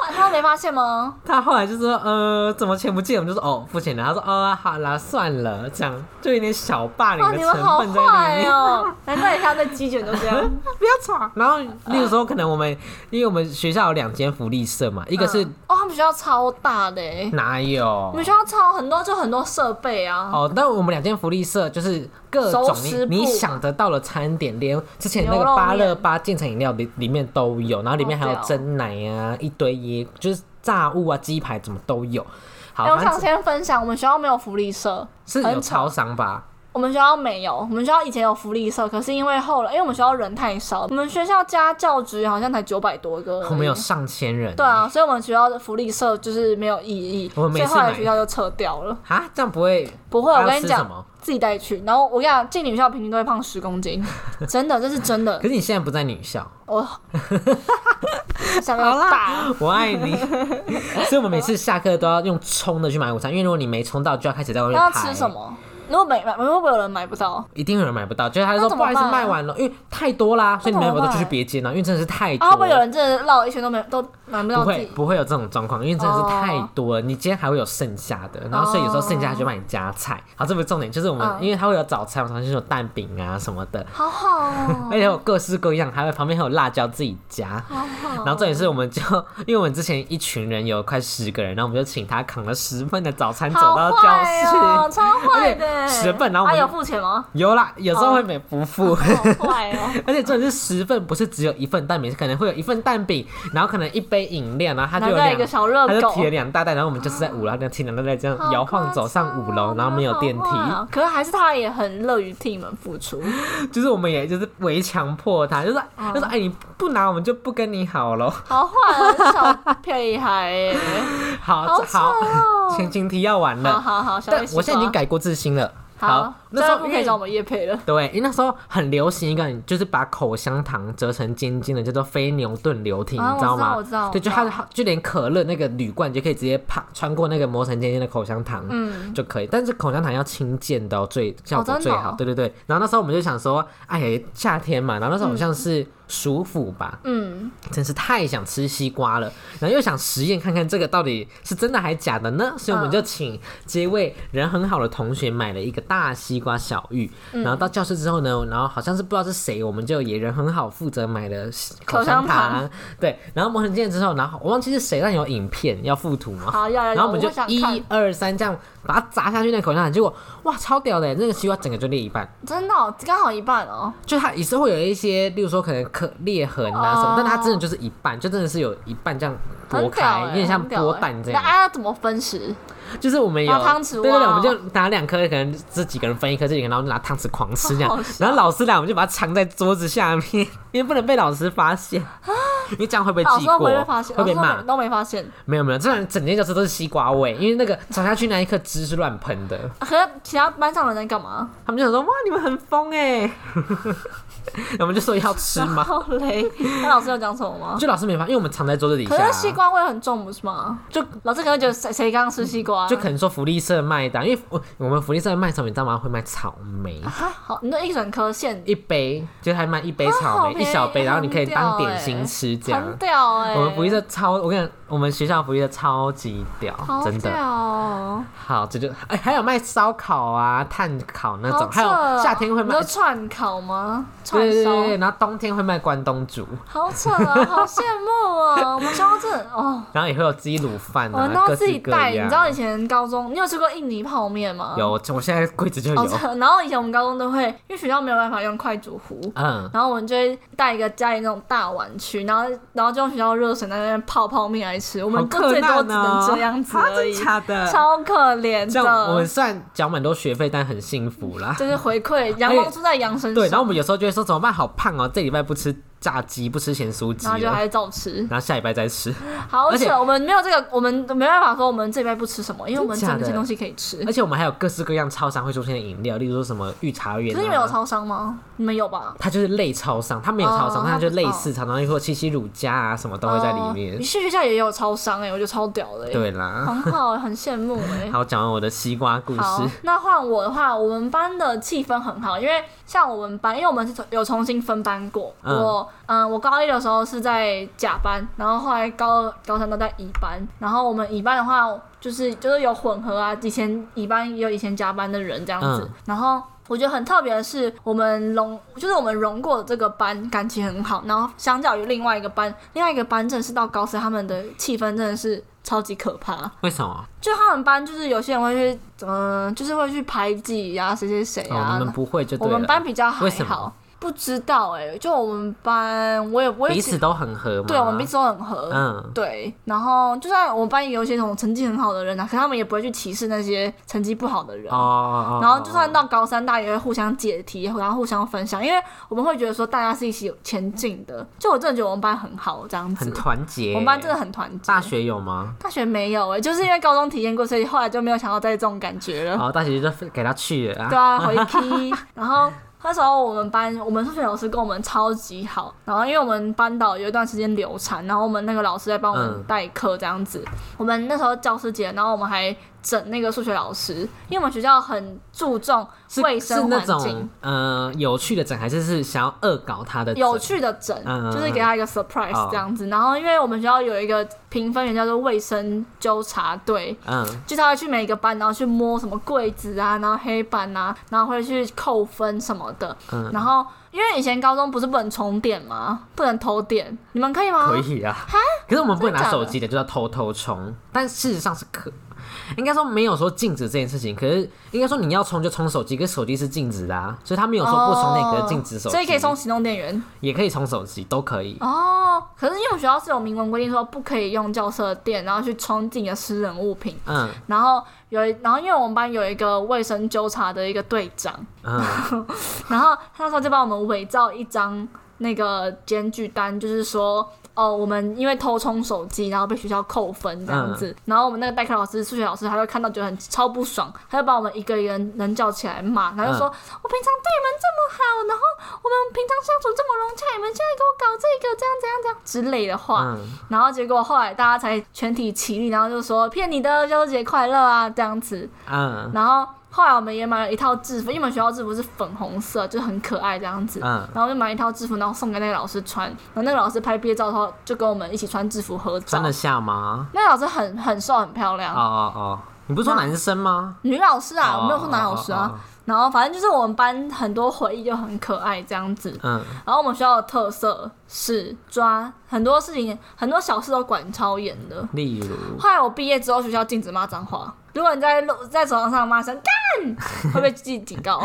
Speaker 1: 哇他没发现吗？
Speaker 2: 他后来就说，呃，怎么钱不见？我们就说，哦，付钱了。他说，哦，好啦，算了，这样就有点小霸凌
Speaker 1: 哇，啊
Speaker 2: 的
Speaker 1: 你
Speaker 2: 成
Speaker 1: 们好
Speaker 2: 分在里
Speaker 1: 坏
Speaker 2: 面。
Speaker 1: 哦！难怪人家在鸡卷都这 样。
Speaker 2: 不要吵。然后，例如说，可能我们因为我们学校有两间福利社嘛，一个是嗯
Speaker 1: 嗯哦，他们学校超大的欸，
Speaker 2: 哪
Speaker 1: 你
Speaker 2: 有
Speaker 1: 们？学校超很多，就很多设备啊。
Speaker 2: 哦，那我们两间福利社就是各
Speaker 1: 熟
Speaker 2: 种
Speaker 1: 食
Speaker 2: 你
Speaker 1: 部
Speaker 2: 你想得到的餐点，连之前那
Speaker 1: 牛
Speaker 2: 个
Speaker 1: 肉
Speaker 2: 芭乐
Speaker 1: 面
Speaker 2: 巴建成饮料里里面都有，然后里面还有
Speaker 1: 好屌
Speaker 2: 蒸奶啊，一堆椰，就是炸物啊、鸡排怎么都有。好
Speaker 1: 哎，，我
Speaker 2: 反
Speaker 1: 想
Speaker 2: 正
Speaker 1: 先分享，我们学校没有福利社，
Speaker 2: 是
Speaker 1: 很
Speaker 2: 有
Speaker 1: 吵
Speaker 2: 超商吧？
Speaker 1: 我我们学校没有，我们学校以前有福利社，可是因为后来，因为我们学校人太少，我们学校加教职好像才九百多个而已，
Speaker 2: 我们哦有上千人。
Speaker 1: 嗯对啊，所以我们学校的福利社就是没有意义，
Speaker 2: 我们
Speaker 1: 所以
Speaker 2: 每次
Speaker 1: 后来
Speaker 2: 买
Speaker 1: 学校就撤掉了。
Speaker 2: 啊，这样不会
Speaker 1: 不会，
Speaker 2: 啊
Speaker 1: 我跟
Speaker 2: 吃
Speaker 1: 你
Speaker 2: 什
Speaker 1: 讲
Speaker 2: 么，
Speaker 1: 自己带去。然后我跟你讲，进女校平均都会胖十公 斤，真的，这是真的哦
Speaker 2: 可。是你现在不在女校，
Speaker 1: 我 想要大，
Speaker 2: 我爱 你。所以我们每次下课都要用冲的去买午餐，因为如果你没冲到，就要开始在外面
Speaker 1: 那要
Speaker 2: 排。
Speaker 1: 吃什？么？如果没买，会不会有人买不到？
Speaker 2: 一定有人买不到，就是他就
Speaker 1: 那
Speaker 2: 说
Speaker 1: 怎
Speaker 2: 不
Speaker 1: 么
Speaker 2: 好意思
Speaker 1: 办啊
Speaker 2: 卖完了，因为太多啦，所以你买不
Speaker 1: 那怎
Speaker 2: 到
Speaker 1: 么办
Speaker 2: 就去别间了，因为真的是太多。
Speaker 1: 啊，会不会有人真的绕一圈都没都买不
Speaker 2: 不
Speaker 1: 到自
Speaker 2: 会
Speaker 1: 己？
Speaker 2: 不会有这种状况，因为真的是太
Speaker 1: 哦
Speaker 2: 多了。你今天还会有剩下的，然后所以有时候剩下就帮你加菜。好，这不是重点，就是我们、
Speaker 1: 哦嗯
Speaker 2: 因为它会有早餐，我常常有蛋饼啊什么的，
Speaker 1: 好好哦
Speaker 2: 而，且有各式各样，还会旁边还有辣椒自己加。
Speaker 1: 好好。哦
Speaker 2: 然后这也是我们就， 因为我们之前一群人有快十个人，然后我们就请他扛了十份的早餐走
Speaker 1: 好
Speaker 2: 到教
Speaker 1: 坏
Speaker 2: 室。
Speaker 1: 哦，超坏
Speaker 2: 而
Speaker 1: 的，
Speaker 2: 且十份然后我
Speaker 1: 啊
Speaker 2: 们
Speaker 1: 有付钱 吗？
Speaker 2: 有啦，有时候会没不付。
Speaker 1: 好坏哦，
Speaker 2: 而且重点是十份不是只有一份蛋饼，是可能会有一份蛋饼，然后可能一杯饮料，然后他
Speaker 1: 然
Speaker 2: 就有
Speaker 1: 后再一个
Speaker 2: 两
Speaker 1: 小热
Speaker 2: 他就
Speaker 1: 狗，
Speaker 2: 提了两大袋，然后我们就是在五楼，那提两大袋这
Speaker 1: 好
Speaker 2: 样摇晃
Speaker 1: 夸
Speaker 2: 走上五
Speaker 1: 张
Speaker 2: 楼，
Speaker 1: 啊
Speaker 2: 然后没有电
Speaker 1: 好坏
Speaker 2: 梯，
Speaker 1: 哦可是还是他也很乐于替你们付出，
Speaker 2: 就是我们也就是围强迫他，就是
Speaker 1: 嗯
Speaker 2: 就是哎你不拿我们就不跟你好喽。
Speaker 1: 好坏哦，这小屁孩耶，
Speaker 2: 好
Speaker 1: 好惨
Speaker 2: 好，
Speaker 1: 哦。
Speaker 2: 前情提要完
Speaker 1: 好
Speaker 2: 了，
Speaker 1: 好好，小
Speaker 2: 但
Speaker 1: 黑西
Speaker 2: 我现在已经
Speaker 1: 瓜
Speaker 2: 改过自新了。
Speaker 1: 啊好，
Speaker 2: 那时
Speaker 1: 这
Speaker 2: 候
Speaker 1: 不
Speaker 2: 因
Speaker 1: 可以
Speaker 2: 为
Speaker 1: 找我们叶配了。
Speaker 2: 对，因为那时候很流行一个，就是把口香糖折成尖尖的，叫做非牛顿流体，
Speaker 1: 啊
Speaker 2: 你知道吗？
Speaker 1: 我知道我知道
Speaker 2: 对，就
Speaker 1: 我
Speaker 2: 它
Speaker 1: 知
Speaker 2: 的就连可乐那个铝罐，你就可以直接啪穿过那个磨成尖尖的口香糖，
Speaker 1: 嗯，
Speaker 2: 就可以。但是口香糖要轻健的、哦，最效果
Speaker 1: 真的
Speaker 2: 最好。
Speaker 1: 哦
Speaker 2: 对对对。然后那时候我们就想说，哎呀，夏天嘛，然后那时候好像是暑伏吧，
Speaker 1: 嗯，
Speaker 2: 真是太想吃西瓜了，然后又想实验看看这个到底是真的还假的呢，
Speaker 1: 嗯
Speaker 2: 所以我们就请这位人很好的同学买了一个大西瓜小玉，
Speaker 1: 嗯
Speaker 2: 然后到教室之后呢，然后好像是不知道是谁，我们就也人很好负责买了
Speaker 1: 口
Speaker 2: 口香
Speaker 1: 香糖
Speaker 2: 糖，对，然后磨成剑之后，然后我忘记是谁但有影片要附图嘛，
Speaker 1: 好，要要
Speaker 2: 然
Speaker 1: 要，
Speaker 2: 后我们就
Speaker 1: 哎想
Speaker 2: 一
Speaker 1: 看，
Speaker 2: 二三这样把它砸下去那口香糖，结果哇超屌的，那个西瓜整个就裂一半。
Speaker 1: 真的哦刚好一半哦，
Speaker 2: 就它也是会有一些，例如说可能可裂痕啊什么
Speaker 1: 哦
Speaker 2: 但它真的就是一半，就真的是有一半这样剥
Speaker 1: 很
Speaker 2: 开，
Speaker 1: 屌欸
Speaker 2: 有点像
Speaker 1: 很屌欸
Speaker 2: 剥蛋这
Speaker 1: 那
Speaker 2: 样。
Speaker 1: 啊，怎么分食？
Speaker 2: 就是我们有
Speaker 1: 拿汤匙
Speaker 2: 对对对，
Speaker 1: 挖
Speaker 2: 我
Speaker 1: 哦
Speaker 2: 们就拿两颗，可能这几个人分一颗，这几个人然后就拿汤匙狂吃这
Speaker 1: 好
Speaker 2: 样
Speaker 1: 好。笑
Speaker 2: 然后老师来，我们就把它藏在桌子下面，因为不能被老师发现，因为这样会被
Speaker 1: 啊老
Speaker 2: 记
Speaker 1: 师
Speaker 2: 过，
Speaker 1: 都不会发现，
Speaker 2: 会
Speaker 1: 老
Speaker 2: 被
Speaker 1: 师都
Speaker 2: 骂
Speaker 1: 哦没。都没发现，
Speaker 2: 没有没有，这然整间教室都是西瓜味，因为那个藏下去那一颗汁是乱喷的。
Speaker 1: 啊可是其他班上的人在干嘛？
Speaker 2: 他们就想说哇，你们很疯哎， 我们就说要吃吗？
Speaker 1: 好累。那老师有讲什么吗？
Speaker 2: 就老师没发，因为我们藏在桌子底下、
Speaker 1: 可
Speaker 2: 啊，
Speaker 1: 是西瓜味很重，不是吗？
Speaker 2: 就
Speaker 1: 老师可能会觉得谁谁刚刚吃西瓜，
Speaker 2: 就可能说福利社卖的啊、因为我我们福利社卖什么，你知道吗？会卖草莓。
Speaker 1: 啊，好，你那一整颗馅
Speaker 2: 一杯就还卖一杯
Speaker 1: 啊
Speaker 2: 草
Speaker 1: 好
Speaker 2: 莓，
Speaker 1: 便宜
Speaker 2: 一小杯，然后你可以当
Speaker 1: 很屌欸
Speaker 2: 点心吃这
Speaker 1: 很
Speaker 2: 样。啊
Speaker 1: 屌哎，
Speaker 2: 我们福利社超，我跟你讲，我们学校福利社超级屌，
Speaker 1: 好
Speaker 2: 真
Speaker 1: 屌
Speaker 2: 的。
Speaker 1: 哦，
Speaker 2: 好，这就哎、还有卖烧烤啊、炭烤那
Speaker 1: 好
Speaker 2: 种，还有
Speaker 1: 扯哦
Speaker 2: 夏天会
Speaker 1: 你
Speaker 2: 卖
Speaker 1: 说，串烤吗？串
Speaker 2: 对对对
Speaker 1: 烧。
Speaker 2: 对，然后冬天会卖关东煮，
Speaker 1: 好扯啊，好羡慕 啊！我们学校真的哦，
Speaker 2: 然后也会有鸡卤饭
Speaker 1: 我
Speaker 2: 啊
Speaker 1: 们，都要
Speaker 2: 各
Speaker 1: 自
Speaker 2: 式
Speaker 1: 己
Speaker 2: 各
Speaker 1: 带。你
Speaker 2: 样
Speaker 1: 知道以前高中，你有吃过印尼泡面吗？。
Speaker 2: 有，我现在柜子就
Speaker 1: 哦，
Speaker 2: 有，
Speaker 1: 这然后以前我们高中都会，因为学校没有办法用快煮壶，
Speaker 2: 嗯，
Speaker 1: 然后我们就会带一个家里那种大碗去，然后然后就用学校热水在那边泡泡面来吃。我
Speaker 2: 好
Speaker 1: 们就
Speaker 2: 可
Speaker 1: 最多
Speaker 2: 难
Speaker 1: 只能
Speaker 2: 哦
Speaker 1: 这样子
Speaker 2: 啊
Speaker 1: 而
Speaker 2: 真
Speaker 1: 已，
Speaker 2: 假的
Speaker 1: 超可怜
Speaker 2: 这样我们
Speaker 1: 的。
Speaker 2: 虽然缴蛮多学费，但很幸福啦。
Speaker 1: 就是回馈阳光出在羊身
Speaker 2: 对，然后
Speaker 1: 上，
Speaker 2: 我们有时候就会说怎么办，好胖哦，这礼拜不吃炸鸡，不吃咸酥 鸡
Speaker 1: 然后就还
Speaker 2: 了，
Speaker 1: 是照吃，
Speaker 2: 然后下礼拜再吃。
Speaker 1: 好
Speaker 2: 而且
Speaker 1: 扯。我们没有这个，我们没办法说我们这边不吃什么，因为我们
Speaker 2: 真假
Speaker 1: 这些
Speaker 2: 的
Speaker 1: 东西可以吃。
Speaker 2: 而且我们还有各式各样超商会出现的饮料，例如说什么御茶园、
Speaker 1: 可是你们有
Speaker 2: 啊。
Speaker 1: 超商吗？你们有吧？
Speaker 2: 它就是类超商，它没有超商，
Speaker 1: 哦
Speaker 2: 但它就
Speaker 1: 它不
Speaker 2: 类似超商，又或七七乳加啊什么都会在里
Speaker 1: 哦
Speaker 2: 面
Speaker 1: 你。去学校也有超商哎、我觉得超屌的哎、
Speaker 2: 对啦，
Speaker 1: 很好、很羡慕哎、
Speaker 2: 好，讲完我的西瓜故
Speaker 1: 好
Speaker 2: 事，，
Speaker 1: 那换我的话，我们班的气氛很好，因为像我们班，因为我们是有重新分班过。
Speaker 2: 嗯
Speaker 1: 我嗯，我高一的时候是在甲班，然后后来高二、高三都在乙班。然后我们乙班的话，就是就是有混合啊，以前乙班也有以前甲班的人这样子。
Speaker 2: 嗯
Speaker 1: 然后我觉得很特别的是，我们融就是我们融过的这个班感情很好，然后相较于另外一个班，另外一个班真的是到高三他们的气氛真的是超级可怕。
Speaker 2: 为什么？哦
Speaker 1: 就他们班就是有些人会去，嗯、就是会去排挤呀、谁谁谁
Speaker 2: 哦，
Speaker 1: 啊。
Speaker 2: 你们不会就
Speaker 1: 我
Speaker 2: 对
Speaker 1: 们班
Speaker 2: 了。
Speaker 1: 比较
Speaker 2: 为
Speaker 1: 还
Speaker 2: 什么
Speaker 1: 好，不知道哎、就我们班，我也我也
Speaker 2: 彼
Speaker 1: 只
Speaker 2: 此都很合吗？
Speaker 1: 对我们彼此都很合，
Speaker 2: 嗯，
Speaker 1: 对，然后就算我们班也有一些那种成绩很好的人啊，可他们也不会去歧视那些成绩不好的人。
Speaker 2: 哦哦，哦
Speaker 1: 然后就算到高三，大家也会互相解题，然后互相分享，因为我们会觉得说大家是一起前进的。就我真的觉得我们班很好，这样
Speaker 2: 很
Speaker 1: 子，
Speaker 2: 团结。
Speaker 1: 我们班真的很团结。
Speaker 2: 大学有吗？
Speaker 1: 大学没有哎、就是因为高中体验过，所以后来就没有想要再这种感觉了。
Speaker 2: 哦，大学就给他去了
Speaker 1: 嗯
Speaker 2: 啊。
Speaker 1: 对啊，回 P。然后那时候我们班，我们数学老师跟我们超级好。然后因为我们班导有一段时间流产，然后我们那个老师在帮我
Speaker 2: 嗯
Speaker 1: 们代课这样子。我们那时候教师节，然后我们还整那个数学老师，因为我们学校很注重
Speaker 2: 是
Speaker 1: 卫
Speaker 2: 是
Speaker 1: 生
Speaker 2: 那
Speaker 1: 环境
Speaker 2: 种。呃有趣的整，还是是想要恶搞他的整
Speaker 1: 有趣的整，
Speaker 2: 嗯嗯嗯
Speaker 1: 就是给他一个
Speaker 2: 哦
Speaker 1: surprise 这样子。然后，因为我们学校有一个评分员叫做卫生纠察队，
Speaker 2: 嗯
Speaker 1: 就是他会去每个班，然后去摸什么柜子啊，然后黑板啊，然后会去扣分什么的。
Speaker 2: 嗯
Speaker 1: 然后因为以前高中不是不能重点吗？不能偷点，你们可以吗？
Speaker 2: 可以啊。可是我们不
Speaker 1: 真
Speaker 2: 能拿
Speaker 1: 的假
Speaker 2: 手
Speaker 1: 的
Speaker 2: 机的，就要偷偷冲。但事实上是可，应该说没有说禁止这件事情。可是应该说你要冲就冲手机，可是手机是禁止的啊，所以他没有说不冲那个
Speaker 1: 哦
Speaker 2: 禁止手机，
Speaker 1: 所以可以充，行动电源
Speaker 2: 也可以冲手机，都可以。
Speaker 1: 哦。可是因为我们学校是有明文规定说不可以用教室的电，然后去充进你的私人物品。
Speaker 2: 嗯
Speaker 1: 然后有一，然后因为我们班有一个卫生纠察的一个队长，
Speaker 2: 嗯，
Speaker 1: 然后他那时候就帮我们伪造一张那个检举单，就是说。哦，我们因为偷充手机，然后被学校扣分这样子。然后我们那个代课老师、数学老师，他就看到觉得很超不爽，他就把我们一个一个人人叫起来骂，他就说：“我平常对你们这么好，然后我们平常相处这么融洽，你们现在给我搞这个，这样这样这样之类的话。
Speaker 2: 嗯
Speaker 1: 然后结果后来大家才全体起立，然后就说：“骗你的，教师节快乐啊！”这样子。
Speaker 2: 嗯
Speaker 1: 然后后来我们也买了一套制服，因为我们学校制服是粉红色，就很可爱这样子。
Speaker 2: 嗯，
Speaker 1: 然后就买一套制服，然后送给那个老师穿。然后那个老师拍毕业照的时候，就跟我们一起穿制服合照
Speaker 2: 穿。得下吗？
Speaker 1: 那个老师很很瘦，很漂
Speaker 2: 哦
Speaker 1: 亮。
Speaker 2: 哦哦，你不是说男生吗？
Speaker 1: 女老师啊，
Speaker 2: 哦
Speaker 1: 我没有说男老师啊。，然后反正就是我们班很多回忆就很可爱这样子。
Speaker 2: 哦哦哦
Speaker 1: 然后我们学校的特色是抓很多事情，很多小事都管超严的。
Speaker 2: 嗯，例如，
Speaker 1: 后来我毕业之后，学校禁止骂脏话。如果你在路在走廊上骂声 干，会被记警告。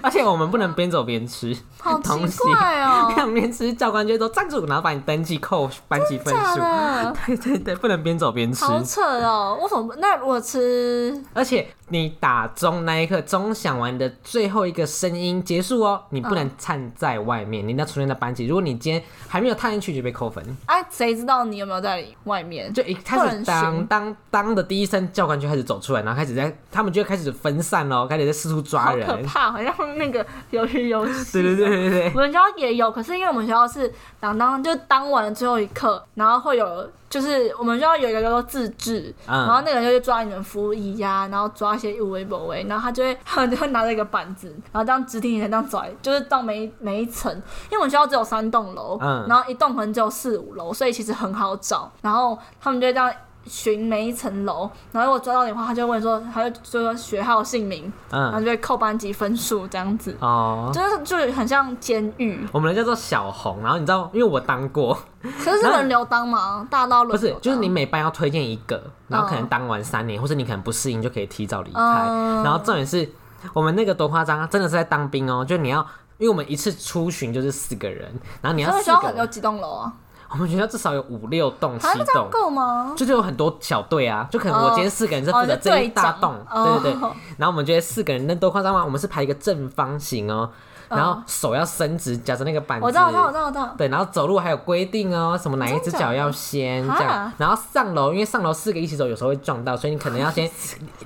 Speaker 2: 而且我们不能边走边 吃。
Speaker 1: 好奇
Speaker 2: 同性
Speaker 1: 怪 哦，
Speaker 2: 两边吃，教官就会说站住，然后把你登记扣班级分
Speaker 1: 真
Speaker 2: 数。
Speaker 1: 的
Speaker 2: 对对对，不能边走边吃。
Speaker 1: 好扯哦！为什么？那如果吃
Speaker 2: 而且你打钟那一刻，钟响完的最后一个声音结束哦，你不能站在外
Speaker 1: 嗯
Speaker 2: 面，你一定要出现在班级。如果你今天还没有踏进去，就被扣分。
Speaker 1: 啊，谁知道你有没有在外面？
Speaker 2: 就一
Speaker 1: 不
Speaker 2: 开始
Speaker 1: 能
Speaker 2: 当
Speaker 1: 行
Speaker 2: 当当的第一声，教官就开始走出来，然后开始在他们就开始分散喽，开始在四处抓
Speaker 1: 好可
Speaker 2: 人。
Speaker 1: 怕，好像那个鱿鱼游戏。
Speaker 2: 对对对。对对
Speaker 1: 我们学校也有，可是因为我们学校是当当就当晚的最后一刻，然后会有就是我们学校有一个叫做自治，
Speaker 2: 嗯
Speaker 1: 然后那个人就去抓你们服役呀、然后抓一些有为不为，然后他就会他就会拿着一个板子，然后这样直挺挺这样走来，就是到每一每一层，因为我们学校只有三栋楼，
Speaker 2: 嗯
Speaker 1: 然后一栋可能只有四五楼，所以其实很好找，然后他们就会这样。寻每一层楼，然后如果抓到你的话，他就问说，他就说学号、姓名， 然后
Speaker 2: 嗯
Speaker 1: 就会扣班级分数这样子。
Speaker 2: 哦，
Speaker 1: 就是就是很像监狱，
Speaker 2: 我们的叫做小红，然后你知道，因为我当 过，
Speaker 1: 可是是轮流当嘛，大到
Speaker 2: 不
Speaker 1: 轮流
Speaker 2: 是
Speaker 1: 当，
Speaker 2: 就是你每班要推荐一个，然后可能当完三年，或者你可能不适应就可以提早离开。
Speaker 1: 嗯
Speaker 2: 然后重点是我们那个多夸张，真的是在当兵哦，就你要，因为我们一次出巡就是四个人，然后你要
Speaker 1: 他们学
Speaker 2: 四
Speaker 1: 校
Speaker 2: 个
Speaker 1: 很有
Speaker 2: 人，
Speaker 1: 几栋楼啊？
Speaker 2: 我们学校至少有五六栋、七
Speaker 1: 啊，那这样
Speaker 2: 栋。
Speaker 1: 够吗？
Speaker 2: 就是有很多小队啊，就可能我
Speaker 1: 哦
Speaker 2: 今天四个人是
Speaker 1: 哦
Speaker 2: 负责
Speaker 1: 就
Speaker 2: 这
Speaker 1: 队
Speaker 2: 一大
Speaker 1: 长
Speaker 2: 栋，
Speaker 1: 哦
Speaker 2: 对对对。然后我们觉得四个人那多夸张吗？我们是排一个正方形哦，然后手要伸直，夹着那个板子。
Speaker 1: 我知道，我知道，我知道，我知道。
Speaker 2: 对，然后走路还有规定哦，什么哪一只脚要先
Speaker 1: 真
Speaker 2: 这
Speaker 1: 假的
Speaker 2: 样
Speaker 1: 哈，
Speaker 2: 然后上楼，因为上楼四个一起走，有时候会撞到，所以你可能要 先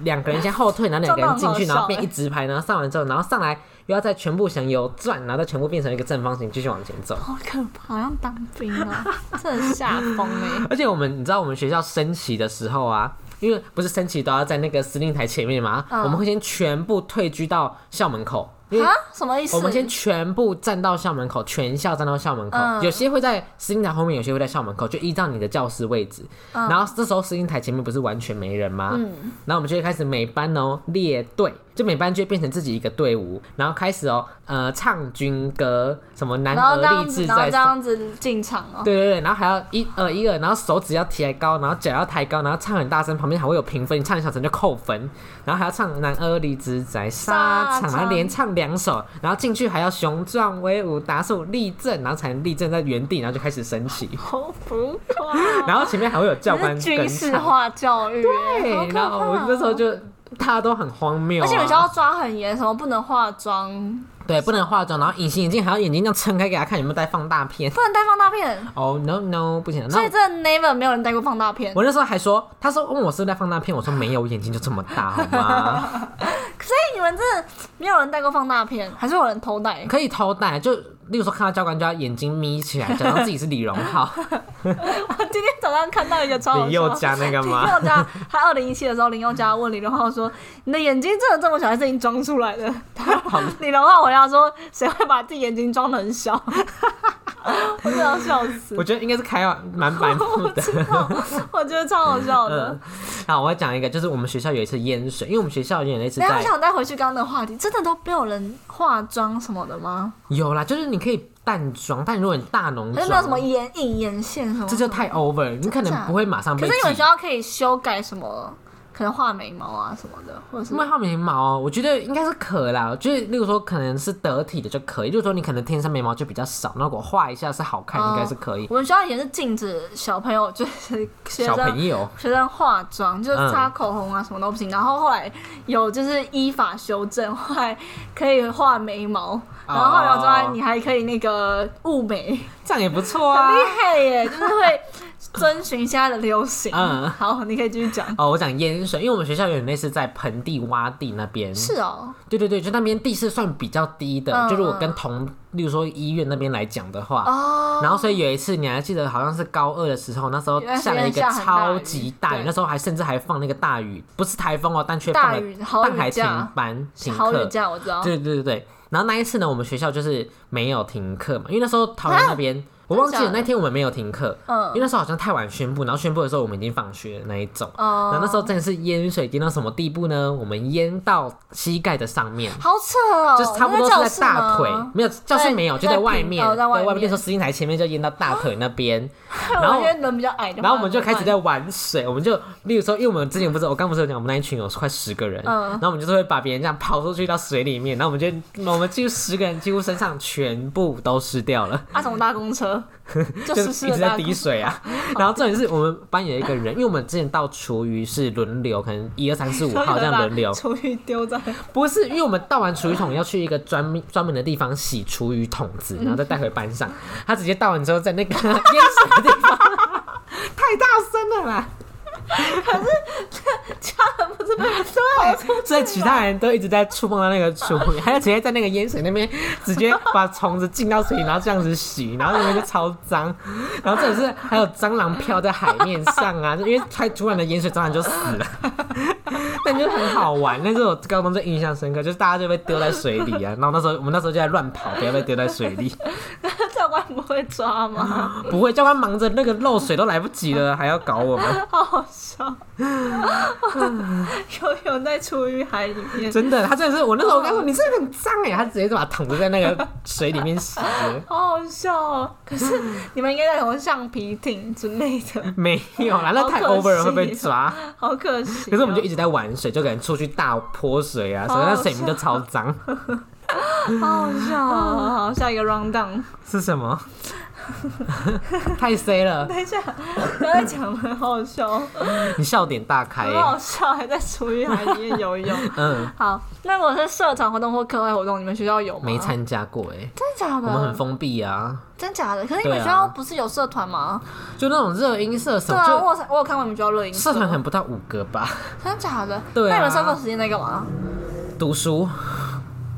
Speaker 2: 两个人先后退，然后两个人进去，
Speaker 1: 撞到很好笑
Speaker 2: 然后变一直排，然后上完之后，然后上来又要再全部向右转，然后再全部变成一个正方形继续往前走。
Speaker 1: 好可怕，好像当兵啊， 真的吓疯哎！
Speaker 2: 而且我们，你知道我们学校升旗的时候啊，因为不是升旗都要在那个司令台前面嘛，
Speaker 1: 嗯
Speaker 2: 我们会先全部退居到校门口，因为
Speaker 1: 啊，什么意思？
Speaker 2: 我们先全部站到校门口，全校站到校门口，
Speaker 1: 嗯
Speaker 2: 有些会在司令台后面，有些会在校门口，就依照你的教室位置。
Speaker 1: 嗯
Speaker 2: 然后这时候司令台前面不是完全没人吗？然后我们就会开始每班哦列队，就每班就变成自己一个队伍，然后开始哦，呃，唱军歌，什么男
Speaker 1: 然后这
Speaker 2: 儿
Speaker 1: 样
Speaker 2: 立
Speaker 1: 子，
Speaker 2: 志
Speaker 1: 然后
Speaker 2: 在
Speaker 1: 这
Speaker 2: 上。
Speaker 1: 样子进场哦。
Speaker 2: 对对对，然后还要一呃一二，然后手指要抬高，然后脚要抬高，然后唱很大声，旁边还会有评分，你唱很小声就扣分，然后还要唱“男儿立志在沙
Speaker 1: 沙
Speaker 2: 场”，然后
Speaker 1: 场
Speaker 2: 连唱两首，然后进去还要雄壮威武、打手立正，然后才能立正在原地，然后就开始升旗，
Speaker 1: 好浮夸，
Speaker 2: 然后前面还会有 教官
Speaker 1: 这是
Speaker 2: 跟
Speaker 1: 军事
Speaker 2: 唱，
Speaker 1: 化教育，欸好
Speaker 2: 对，
Speaker 1: 可
Speaker 2: 然后我
Speaker 1: 怕哦
Speaker 2: 那时候就大家都很荒谬、啊，
Speaker 1: 而且有时候要抓很严，什么不能化妆，
Speaker 2: 对不能化妆，然后隐形眼镜还要眼睛这样撑开给他看有没有戴放大片。
Speaker 1: 不能带放大片。
Speaker 2: 哦、no no，不行，那
Speaker 1: 所以这 never 没有人带过放大片，
Speaker 2: 我那时候还说，他说问我是不是在放大片，我说没有，我眼睛就这么大，好吗？
Speaker 1: 所以你们真的没有人带过放大片，还是有人偷带？
Speaker 2: 可以偷戴，就例如说看到教官就要眼睛眯起来，假装自己是李荣 浩，
Speaker 1: 我今天早上看到一个超好
Speaker 2: 林宥
Speaker 1: 笑。
Speaker 2: 嘉那个
Speaker 1: 林
Speaker 2: 吗？
Speaker 1: 宥嘉，他二零一七的时候，林宥嘉问李荣浩说：“你的眼睛真的这么小，还是你装出来的？” 李荣浩回答说：“谁会把自己眼睛装的很小？” 我真的要笑死
Speaker 2: 我，觉得应该是开蛮 白目的。
Speaker 1: 我觉得超好笑的
Speaker 2: 嗯。，好，我要讲一个，就是我们学校有一次淹水，因为我们学校有点类似
Speaker 1: 等一哎下，我
Speaker 2: 在
Speaker 1: 想带回去刚刚的话题，真的都没有人化妆什么的吗？
Speaker 2: 有啦，就是你可以淡妆，但如果你大浓
Speaker 1: 还是没有什么哦
Speaker 2: 妆，
Speaker 1: 眼影、眼线什么？
Speaker 2: 这就太 over，了你可能不会马上
Speaker 1: 啊可
Speaker 2: 被
Speaker 1: 是你们学
Speaker 2: 记。
Speaker 1: 校可以修改什么？可能画眉毛啊什么的，或者是
Speaker 2: 因为画眉毛，哦我觉得应该是可啦。我觉得，例如说，可能是得体的就可以。就是说，你可能天生眉毛就比较少，那我画一下是好看，
Speaker 1: 哦
Speaker 2: 应该是可以。
Speaker 1: 我们学校以前是禁止小朋友，就是学
Speaker 2: 小
Speaker 1: 生
Speaker 2: 朋友，嗯
Speaker 1: 学生化妆，就是擦口红啊什么都不行。然后后来有就是依法修正，后来可以画眉
Speaker 2: 哦
Speaker 1: 毛，然后画眉毛之哎外，你还可以那个雾眉，
Speaker 2: 这样也不错
Speaker 1: 很
Speaker 2: 啊。
Speaker 1: 厉害 耶！就是会遵循现在的流行。
Speaker 2: 嗯
Speaker 1: 好，你可以继续讲。
Speaker 2: 哦，我讲淹水，因为我们学校有点类似在盆地、洼地那边。
Speaker 1: 是哦，
Speaker 2: 对对对，就那边地势算比较低的，
Speaker 1: 嗯
Speaker 2: 就如果跟同，例如说医院那边来讲的话。
Speaker 1: 哦，
Speaker 2: 然后，所以有一次你还记得，好像是高二的时候，那时候
Speaker 1: 因为
Speaker 2: 下了一个
Speaker 1: 下很大
Speaker 2: 超
Speaker 1: 雨
Speaker 2: 级大雨，
Speaker 1: 对
Speaker 2: 那时候还甚至还放那个大雨，不是台风哦，但却放
Speaker 1: 大
Speaker 2: 了
Speaker 1: 雨豪
Speaker 2: 但还
Speaker 1: 雨
Speaker 2: 停
Speaker 1: 假，
Speaker 2: 班停
Speaker 1: 豪
Speaker 2: 课
Speaker 1: 雨。假我知道。
Speaker 2: 对对对对。然后那一次呢，我们学校就是没有停课嘛，因为那时候桃园那边我忘记了
Speaker 1: 啊真的假
Speaker 2: 那
Speaker 1: 的
Speaker 2: 天我们没有停课，
Speaker 1: 嗯
Speaker 2: 因为那时候好像太晚宣布，然后宣布的时候我们已经放学了那一种。
Speaker 1: 哦
Speaker 2: 然后那时候真的是淹水淹到什么地步呢？我们淹到膝盖的上面，
Speaker 1: 好扯哦，
Speaker 2: 就是差不
Speaker 1: 那
Speaker 2: 多
Speaker 1: 个
Speaker 2: 是
Speaker 1: 教
Speaker 2: 在
Speaker 1: 室
Speaker 2: 大
Speaker 1: 吗
Speaker 2: 腿，没有教室没有，就在外面，
Speaker 1: 在平哦在外面
Speaker 2: 外面那时候石英台前面就淹到大腿那边，然
Speaker 1: 然后
Speaker 2: 后
Speaker 1: 因为人比较矮的话，
Speaker 2: 然后我们就开始
Speaker 1: 怎么
Speaker 2: 在玩水，我们就例如说，因为我们之前不是我刚不是有讲，我们那一群有快十个人，
Speaker 1: 嗯
Speaker 2: 然后我们就是会把别人这样抛出去到水里面，然后我们就我们几乎十个人几乎身上全部都湿掉了。
Speaker 1: 办啊什么搭公车，就
Speaker 2: 就是
Speaker 1: 湿湿
Speaker 2: 一
Speaker 1: 的
Speaker 2: 直
Speaker 1: 搭
Speaker 2: 在
Speaker 1: 公
Speaker 2: 滴 水啊，然后重点是我们班有一个人，因为我们之前到厨余是轮流，可能一二三四五
Speaker 1: 车，
Speaker 2: 号这样轮流，
Speaker 1: 出去丢在
Speaker 2: 不是，因为我们倒完厨余桶要去一个专门专门的地方洗厨余桶子，然后再带回班上。他直接倒完之后，在那个 淹水的地方，太大声了啦！可是家人不是被对，所以其他人都一直在触碰到那个厨余，还有直接在那个淹水那边直接把虫子浸到水里，然后这样子洗，然后那边就超脏。然后这里是还有蟑螂飘在海面上啊，就因为太突然的淹水，蟑螂就死了。 但就很好玩，那是我高中最印象深刻，就是大家就被丢在水里啊，然后那时候我们那时候就在乱跑，不要被丢在水里。
Speaker 1: 教官不会抓吗？
Speaker 2: 不会，教官忙着那个漏水都来不及了，还要搞我们，
Speaker 1: 好好笑， 游泳在出于海里面，
Speaker 2: 真的，他真的是我那时候我跟他说你这个很脏哎，他直接就把桶子在那个水里面洗了。
Speaker 1: 好好笑哦。可是你们应该在什么橡皮艇之类的，
Speaker 2: 没有啦，那太
Speaker 1: 好可惜
Speaker 2: over 了会 被抓。
Speaker 1: 好可惜哦。
Speaker 2: 可是我们就一直在玩水，就可能出去大泼水啊，所以
Speaker 1: 好
Speaker 2: 那
Speaker 1: 好
Speaker 2: 水面就超脏。
Speaker 1: 好好笑哦。好，下一个 round down。
Speaker 2: 是什么？ 太 C 了，
Speaker 1: 等一下，不要再讲了，好好笑哦，
Speaker 2: 你笑点大开
Speaker 1: 很
Speaker 2: 欸。
Speaker 1: 好笑，还在出于海里面游泳。
Speaker 2: 嗯，
Speaker 1: 好，那如果是社团活动或课外活动，你们学校有吗？
Speaker 2: 没参加过哎，
Speaker 1: 真的假
Speaker 2: 我们很
Speaker 1: 的？
Speaker 2: 封闭啊。
Speaker 1: 真假的？可是你们
Speaker 2: 对啊
Speaker 1: 学校不是有社团吗？
Speaker 2: 就那种热音社什
Speaker 1: 对
Speaker 2: 么，
Speaker 1: 啊，
Speaker 2: 就
Speaker 1: 我有我有看过你们学校乐音
Speaker 2: 社团可能不到五个吧。
Speaker 1: 真假的？
Speaker 2: 对啊
Speaker 1: 那你们上课时间在干嘛？
Speaker 2: 读书，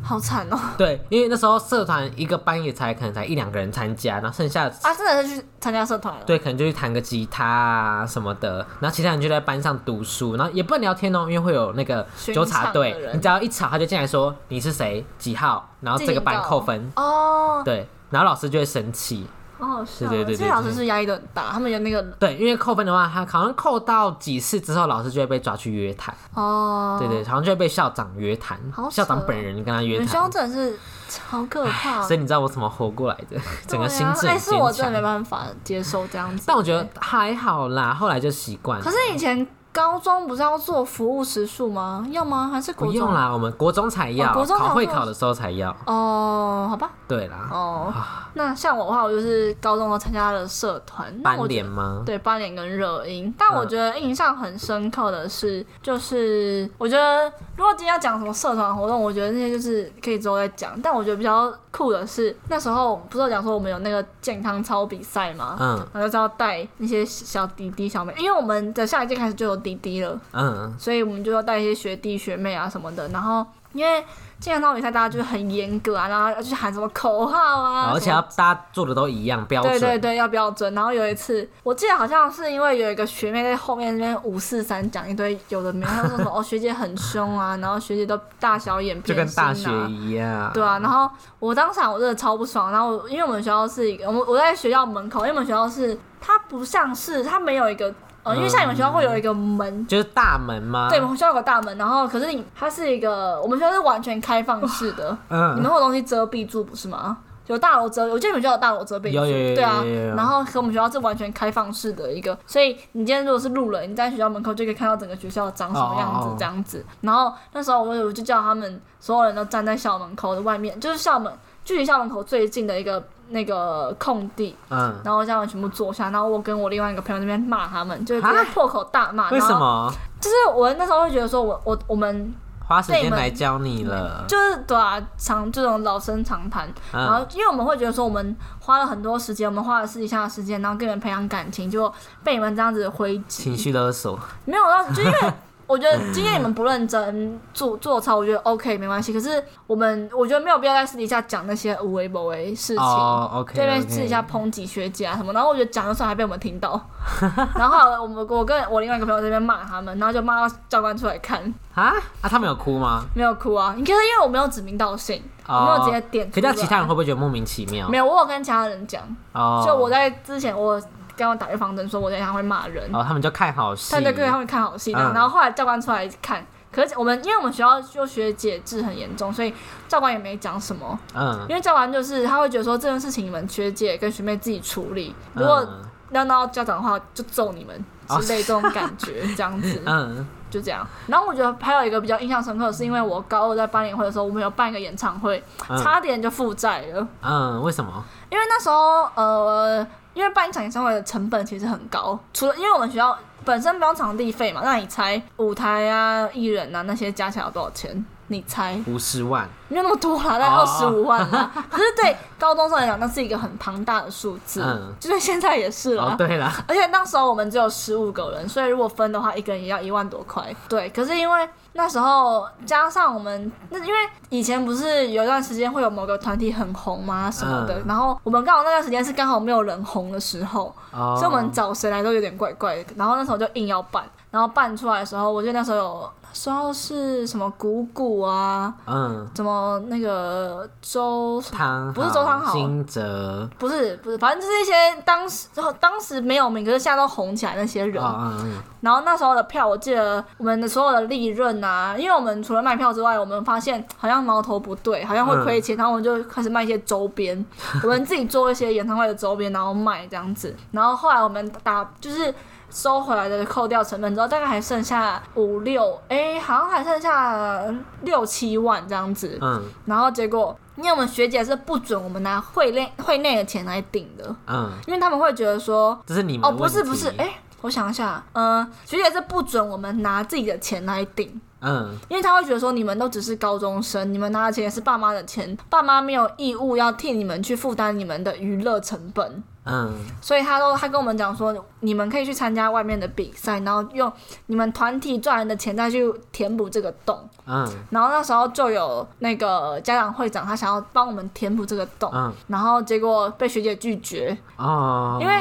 Speaker 1: 好惨哦！
Speaker 2: 对，因为那时候社团一个班也才可能才一两个人参加，然后剩下
Speaker 1: 啊，真的是去参加社团了？，
Speaker 2: 对可能就去弹个吉他啊什么的，然后其他人就在班上读书，然后也不能聊天哦，因为会有那个
Speaker 1: 巡
Speaker 2: 纠察
Speaker 1: 场的
Speaker 2: 队，
Speaker 1: 人
Speaker 2: 你只要一吵他就进来说你是谁几号，然后这个班扣分，
Speaker 1: 哦，
Speaker 2: 对，然后老师就会生气，
Speaker 1: 好好笑哦。
Speaker 2: 对对对对
Speaker 1: 这些老师是压力都很大，他们有那个
Speaker 2: 对，因为扣分的话，他好像扣到几次之后，老师就会被抓去约谈。
Speaker 1: 哦，
Speaker 2: 对对，好像就会被校长约谈
Speaker 1: 好，扯
Speaker 2: 校长本人跟他约
Speaker 1: 女
Speaker 2: 谈
Speaker 1: 生。真的是超可怕，
Speaker 2: 所以你知道我怎么活过来的，整个心智
Speaker 1: 对啊哎、
Speaker 2: 很
Speaker 1: 是我真
Speaker 2: 坚
Speaker 1: 的没
Speaker 2: 强。
Speaker 1: 办法接受这样子。
Speaker 2: 但我觉得还好啦，后来就习惯了
Speaker 1: 可。是以前高中不是要做服务时数吗？要吗？还是国
Speaker 2: 不
Speaker 1: 中？
Speaker 2: 用啦，我们国中才要，
Speaker 1: 哦国中才
Speaker 2: 考会
Speaker 1: 要
Speaker 2: 考的时候才要。
Speaker 1: 哦，好吧，
Speaker 2: 对啦，
Speaker 1: 哦，
Speaker 2: 啊
Speaker 1: 那像我的话，我就是高中都参加了社团，那
Speaker 2: 班
Speaker 1: 我觉
Speaker 2: 联
Speaker 1: 得
Speaker 2: 吗？嗯
Speaker 1: 对班联跟热音，但我觉得印象很深刻的是，就是我觉得如果今天要讲什么社团活动，我觉得那些就是可以之后再讲。但我觉得比较酷的是，那时候不是有讲说我们有那个健康操比赛吗？
Speaker 2: 嗯
Speaker 1: 然后就是要带那些小弟弟小妹，因为我们的下一届开始就有弟弟了，
Speaker 2: 嗯，
Speaker 1: 所以我们就要带一些学弟学妹啊什么的。然后因为健康操比赛大家就是很严格啊，然后要去喊什么口号啊，
Speaker 2: 而且
Speaker 1: 什
Speaker 2: 要
Speaker 1: 么
Speaker 2: 大家做的都一样标
Speaker 1: 对对
Speaker 2: 准。
Speaker 1: 对要标准。然后有一次我记得好像是因为有一个学妹在后面那边五四三讲一堆有的没有，她说什么哦学姐很凶啊，然后学姐都大小眼
Speaker 2: 就
Speaker 1: 偏心啊，
Speaker 2: 跟大学一样，
Speaker 1: 对啊，然后我当场我真的超不爽，然后我因为我们学校是一个，我们我在学校门口，因为我们学校是它不像是它没有一个，呃，因为像你们学校会有一个门，
Speaker 2: 就是大门吗？
Speaker 1: 对，我，们学校有个大门，然后可是你它是一个，我们学校是完全开放式的，你们
Speaker 2: 嗯，
Speaker 1: 会有东西遮蔽住不是吗？有大楼遮，我记得你们学校有大楼遮蔽住，
Speaker 2: 有有有
Speaker 1: 对啊
Speaker 2: 有有有有。
Speaker 1: 然后可我们学校是完全开放式的一个，所以你今天如果是路人，你在学校门口就可以看到整个学校长什么样
Speaker 2: 哦哦哦
Speaker 1: 子这样子。然后那时候我我就叫他们所有人都站在校门口的外面，就是校门距离校门口最近的一个那个空地，
Speaker 2: 嗯，
Speaker 1: 然后叫他们全部坐下。然后我跟我另外一个朋友那边骂他们，就是直接
Speaker 2: 啊
Speaker 1: 破口大骂。
Speaker 2: 为什
Speaker 1: 然后？
Speaker 2: 么
Speaker 1: 就是我那时候会觉得说我我我
Speaker 2: 嗯
Speaker 1: 们
Speaker 2: 花时
Speaker 1: 内
Speaker 2: 间
Speaker 1: 门
Speaker 2: 来教你了？
Speaker 1: 就是对啊，常这种老生常谈。然后
Speaker 2: 嗯，，
Speaker 1: 因为我们会觉得说，我们花了很多时间，我们花了私底下的时间，然后跟你们培养感情，就被你们这样子挥击，
Speaker 2: 情绪勒索，
Speaker 1: 没有到，就因为我觉得今天你们不认真做做操，我觉得 OK 没关系。可是我们我觉得没有必要在私底下讲那些无微不为事情。
Speaker 2: 哦，OK，
Speaker 1: 这边私底下抨击学姐啊什么，然后我觉得讲的时候还被我们听到， 然后后来我们我跟我另外一个朋友这边骂他们，然后就骂到教官出来看，
Speaker 2: 啊啊，他们有哭吗？
Speaker 1: 没有哭啊，应该是因为我没有指名道姓，我没有直接点
Speaker 2: 哦可
Speaker 1: 出
Speaker 2: 这
Speaker 1: 来。
Speaker 2: 样其他人会不会觉得莫名其妙？
Speaker 1: 没有，我有跟其他人讲，
Speaker 2: 哦，
Speaker 1: 就我在之前我跟我打预防针说，我等一下会骂人，
Speaker 2: 哦，他们就看好戏，
Speaker 1: 但对各位他们看好戏，然后
Speaker 2: 嗯
Speaker 1: 然后后来教官出来看，可是我们因为我们学校就学姐制很严重，所以教官也没讲什么，
Speaker 2: 嗯，
Speaker 1: 因为教官就是他会觉得说这件事情你们学姐跟学妹自己处理，
Speaker 2: 嗯
Speaker 1: 如果要闹到家长的话就揍你们
Speaker 2: 哦
Speaker 1: 之类这种感觉，这样子
Speaker 2: 嗯
Speaker 1: 就这样。然后我觉得还有一个比较印象深刻的是，因为我高二在班联会的时候，我们有办一个演唱会，
Speaker 2: 嗯
Speaker 1: 差点就负债了。
Speaker 2: 嗯，为什么？
Speaker 1: 因为那时候呃，因为办一场演唱会的成本其实很高，除了因为我们学校本身不用场地费嘛，那你猜舞台啊、艺人啊那些加起来有多少钱？你猜
Speaker 2: 五十万，
Speaker 1: 没有那么多啦，大概
Speaker 2: 哦
Speaker 1: 二十五万 啦。可是对高中生来讲，那是一个很庞大的数字，
Speaker 2: 嗯
Speaker 1: 就算现在也是啦。
Speaker 2: 哦，对啦，
Speaker 1: 而且那时候我们只有十五个人，所以如果分的话，一个人也要一万多块。对，可是因为那时候加上我们，那因为以前不是有一段时间会有某个团体很红吗什么的，
Speaker 2: 嗯
Speaker 1: 然后我们刚好那段时间是刚好没有人红的时候，
Speaker 2: 哦，
Speaker 1: 所以我们找谁来都有点怪怪的。然后那时候就硬要办，然后办出来的时候，我记得那时候有那时候是什么谷谷啊，
Speaker 2: 嗯，
Speaker 1: 什么那个周
Speaker 2: 汤
Speaker 1: 不是周汤
Speaker 2: 好，
Speaker 1: 好
Speaker 2: 金哲，
Speaker 1: 不是不是，反正就是一些当时当时没有名，可是现在都红起来那些人。
Speaker 2: 哦嗯
Speaker 1: 然后那时候的票，我记得我们的所有的利润啊，因为我们除了卖票之外，我们发现好像矛头不对，好像会亏钱，然后我们就开始卖一些周边，我们自己做一些演唱会的周边，然后卖这样子。然后后来我们打就是收回来的扣掉成本之后，大概还剩下五六，哎，好像还剩下六七万这样子
Speaker 2: 嗯。嗯
Speaker 1: 然后结果，因为我们学姐是不准我们拿会内会内的钱来顶的，
Speaker 2: 嗯，
Speaker 1: 因为他们会觉得说
Speaker 2: 这是你们
Speaker 1: 哦，
Speaker 2: 的
Speaker 1: 不是
Speaker 2: 问题
Speaker 1: 不是，哎、，我想一下，嗯、学姐是不准我们拿自己的钱来顶，
Speaker 2: 嗯
Speaker 1: 因为她会觉得说你们都只是高中生，你们拿的钱也是爸妈的钱，爸妈没有义务要替你们去负担你们的娱乐成本。
Speaker 2: 嗯，
Speaker 1: 所以他都他跟我们讲说，你们可以去参加外面的比赛，然后用你们团体赚来的钱再去填补这个洞。
Speaker 2: 嗯
Speaker 1: 然后那时候就有那个家长会长，他想要帮我们填补这个洞，
Speaker 2: 嗯
Speaker 1: 然后结果被学姐拒绝。
Speaker 2: 哦，
Speaker 1: 因为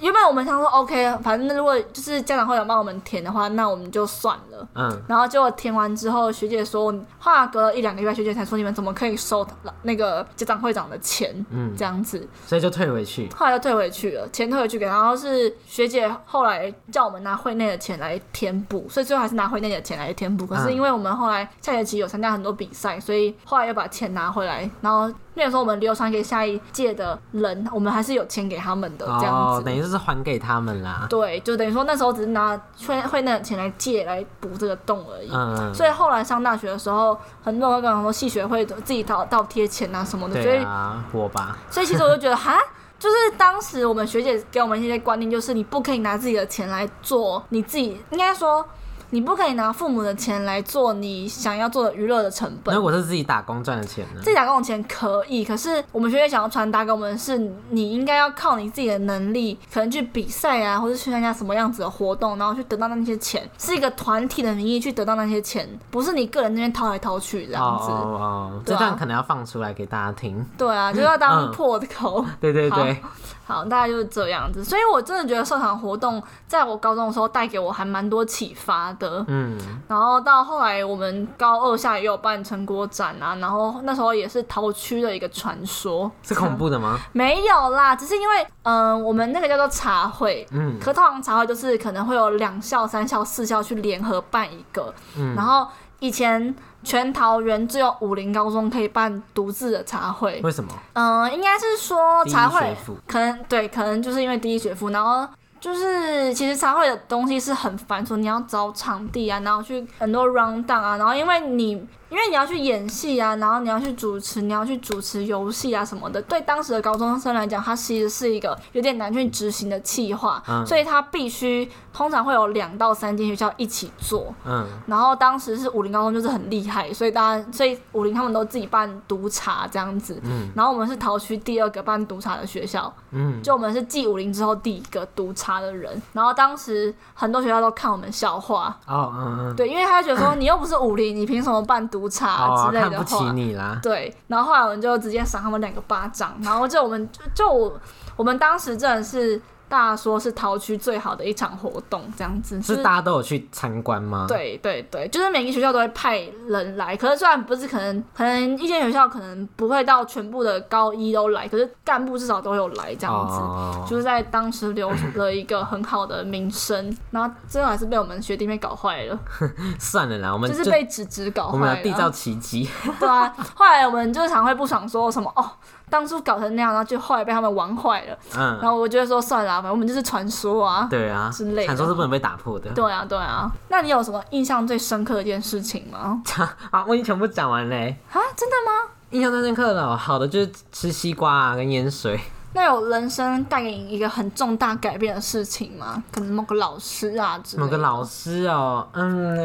Speaker 1: 原本我们想说 OK，反正如果就是家长会长帮我们填的话，那我们就算了。
Speaker 2: 嗯
Speaker 1: 然后结果填完之后，学姐说，后来隔了一两个月，学姐才说你们怎么可以收那个家长会长的钱
Speaker 2: 嗯，
Speaker 1: 这样子。
Speaker 2: 所以就退回去。
Speaker 1: 后来又退回去了，钱退回去给，然后是学姐后来叫我们拿会内的钱来填补，所以最后还是拿会内的钱来填
Speaker 2: 嗯
Speaker 1: 补。可是因为我们后来下学期有参加很多比赛，所以后来又把钱拿回来，然后那个时候我们流传给下一届的人，我们还是有钱给他们的呃这样
Speaker 2: 哦，
Speaker 1: 子。
Speaker 2: 等于就是还给他们啦。
Speaker 1: 对，就等于说那时候只是拿会会内的钱来借来补这个洞而已。
Speaker 2: 嗯，
Speaker 1: 所以后来上大学的时候，很多人会跟我说系学会自己倒倒贴钱啊什么的，所
Speaker 2: 对
Speaker 1: 以
Speaker 2: 啊，我吧，
Speaker 1: 所以其实我就觉得，哈，就是当时我们学姐给我们一些观念，就是你不可以拿自己的钱来做你自己，应该说你不可以拿父母的钱来做你想要做的娱乐的成
Speaker 2: 那
Speaker 1: 本。
Speaker 2: 我是自己打工赚的钱呢
Speaker 1: 自。己打工的钱可以，可是我们学姐想要传达给我们的是，你应该要靠你自己的能力，可能去比赛啊，或者去参加什么样子的活动，然后去得到那些钱，是一个团体的名义去得到那些钱，不是你个人那边掏来掏去这
Speaker 2: 哦
Speaker 1: 样子。
Speaker 2: 哦哦，
Speaker 1: 对
Speaker 2: 这
Speaker 1: 啊
Speaker 2: 段可能要放出来给大家听。
Speaker 1: 对啊，就要当
Speaker 2: 嗯
Speaker 1: 破口。
Speaker 2: 对对对，
Speaker 1: 好，大概就是这样子。所以我真的觉得社团活动在我高中的时候带给我还蛮多启发的。
Speaker 2: 嗯
Speaker 1: 然后到后来我们高二下也有办成果展啊，然后那时候也是桃区的一个传说，
Speaker 2: 是恐怖的吗？
Speaker 1: 没有啦，只是因为嗯、呃我们那个叫做茶会。
Speaker 2: 嗯
Speaker 1: 可通常茶会就是可能会有两校、三校、四校去联合办一个，
Speaker 2: 嗯
Speaker 1: 然后以前全桃园只有武林高中可以办独自的茶会，
Speaker 2: 为什么？
Speaker 1: 嗯、应该是说
Speaker 2: 第一
Speaker 1: 哦茶会
Speaker 2: 学府
Speaker 1: 可能对，可能就是因为第一学府，然后就是其实茶会的东西是很繁琐，你要找场地啊，然后去很多 round down 啊，然后因为你因为你要去演戏啊，然后你要去主持，你要去主持游戏啊什么的，对当时的高中生来讲，它其实是一个有点难去执行的计划，
Speaker 2: 嗯
Speaker 1: 所以它必须通常会有两到三间学校一起做，
Speaker 2: 嗯
Speaker 1: 然后当时是武林高中就是很厉害，所以大家所以武林他们都自己办毒茶这样子。
Speaker 2: 嗯
Speaker 1: 然后我们是桃区第二个办毒茶的学校，
Speaker 2: 嗯，
Speaker 1: 就我们是继武林之后第一个毒茶的人。然后当时很多学校都看我们笑话，
Speaker 2: 哦嗯嗯，
Speaker 1: 对，因为他觉得说你又不是武林，你凭什么办毒茶
Speaker 2: 哦
Speaker 1: 之类
Speaker 2: 看
Speaker 1: 的
Speaker 2: 不起
Speaker 1: 话。
Speaker 2: 你啦。
Speaker 1: 对，然后后来我们就直接赏他们两个巴掌，然后就我们就 就我我们当时真的是大家说是桃区最好的一场活动，这样子
Speaker 2: 是大家都有去参观吗？，
Speaker 1: 对对对，就是每个学校都会派人来，可是虽然不是可能，可能一间学校可能不会到全部的高一都来，可是干部至少都有来这样子。
Speaker 2: 哦、
Speaker 1: 就是在当时留了一个很好的名 声，然后最后还是被我们学弟妹搞坏了，
Speaker 2: 算了啦，我们
Speaker 1: 就是被纸纸搞
Speaker 2: 我们
Speaker 1: 坏
Speaker 2: 要缔造
Speaker 1: 了。
Speaker 2: 奇迹。
Speaker 1: 对啊，后来我们就是常会不爽，说什么哦，当初搞成那样，然后就后来被他们玩坏了。然
Speaker 2: 嗯，
Speaker 1: 后我就会说算了啊、反正我们就是传说啊。
Speaker 2: 对啊，
Speaker 1: 之类的
Speaker 2: 传说是不能被打破的。
Speaker 1: 对啊，对啊。那你有什么印象最深刻的一件事情 吗？
Speaker 2: 啊，我已经全部讲完嘞。
Speaker 1: 啊，真的吗？
Speaker 2: 印象最深刻的哦、好的就是吃西瓜啊，跟淹水。
Speaker 1: 那有人生带给你一个很重大改变的事情吗？可能某个老师啊之类的。
Speaker 2: 某个老师哦、嗯，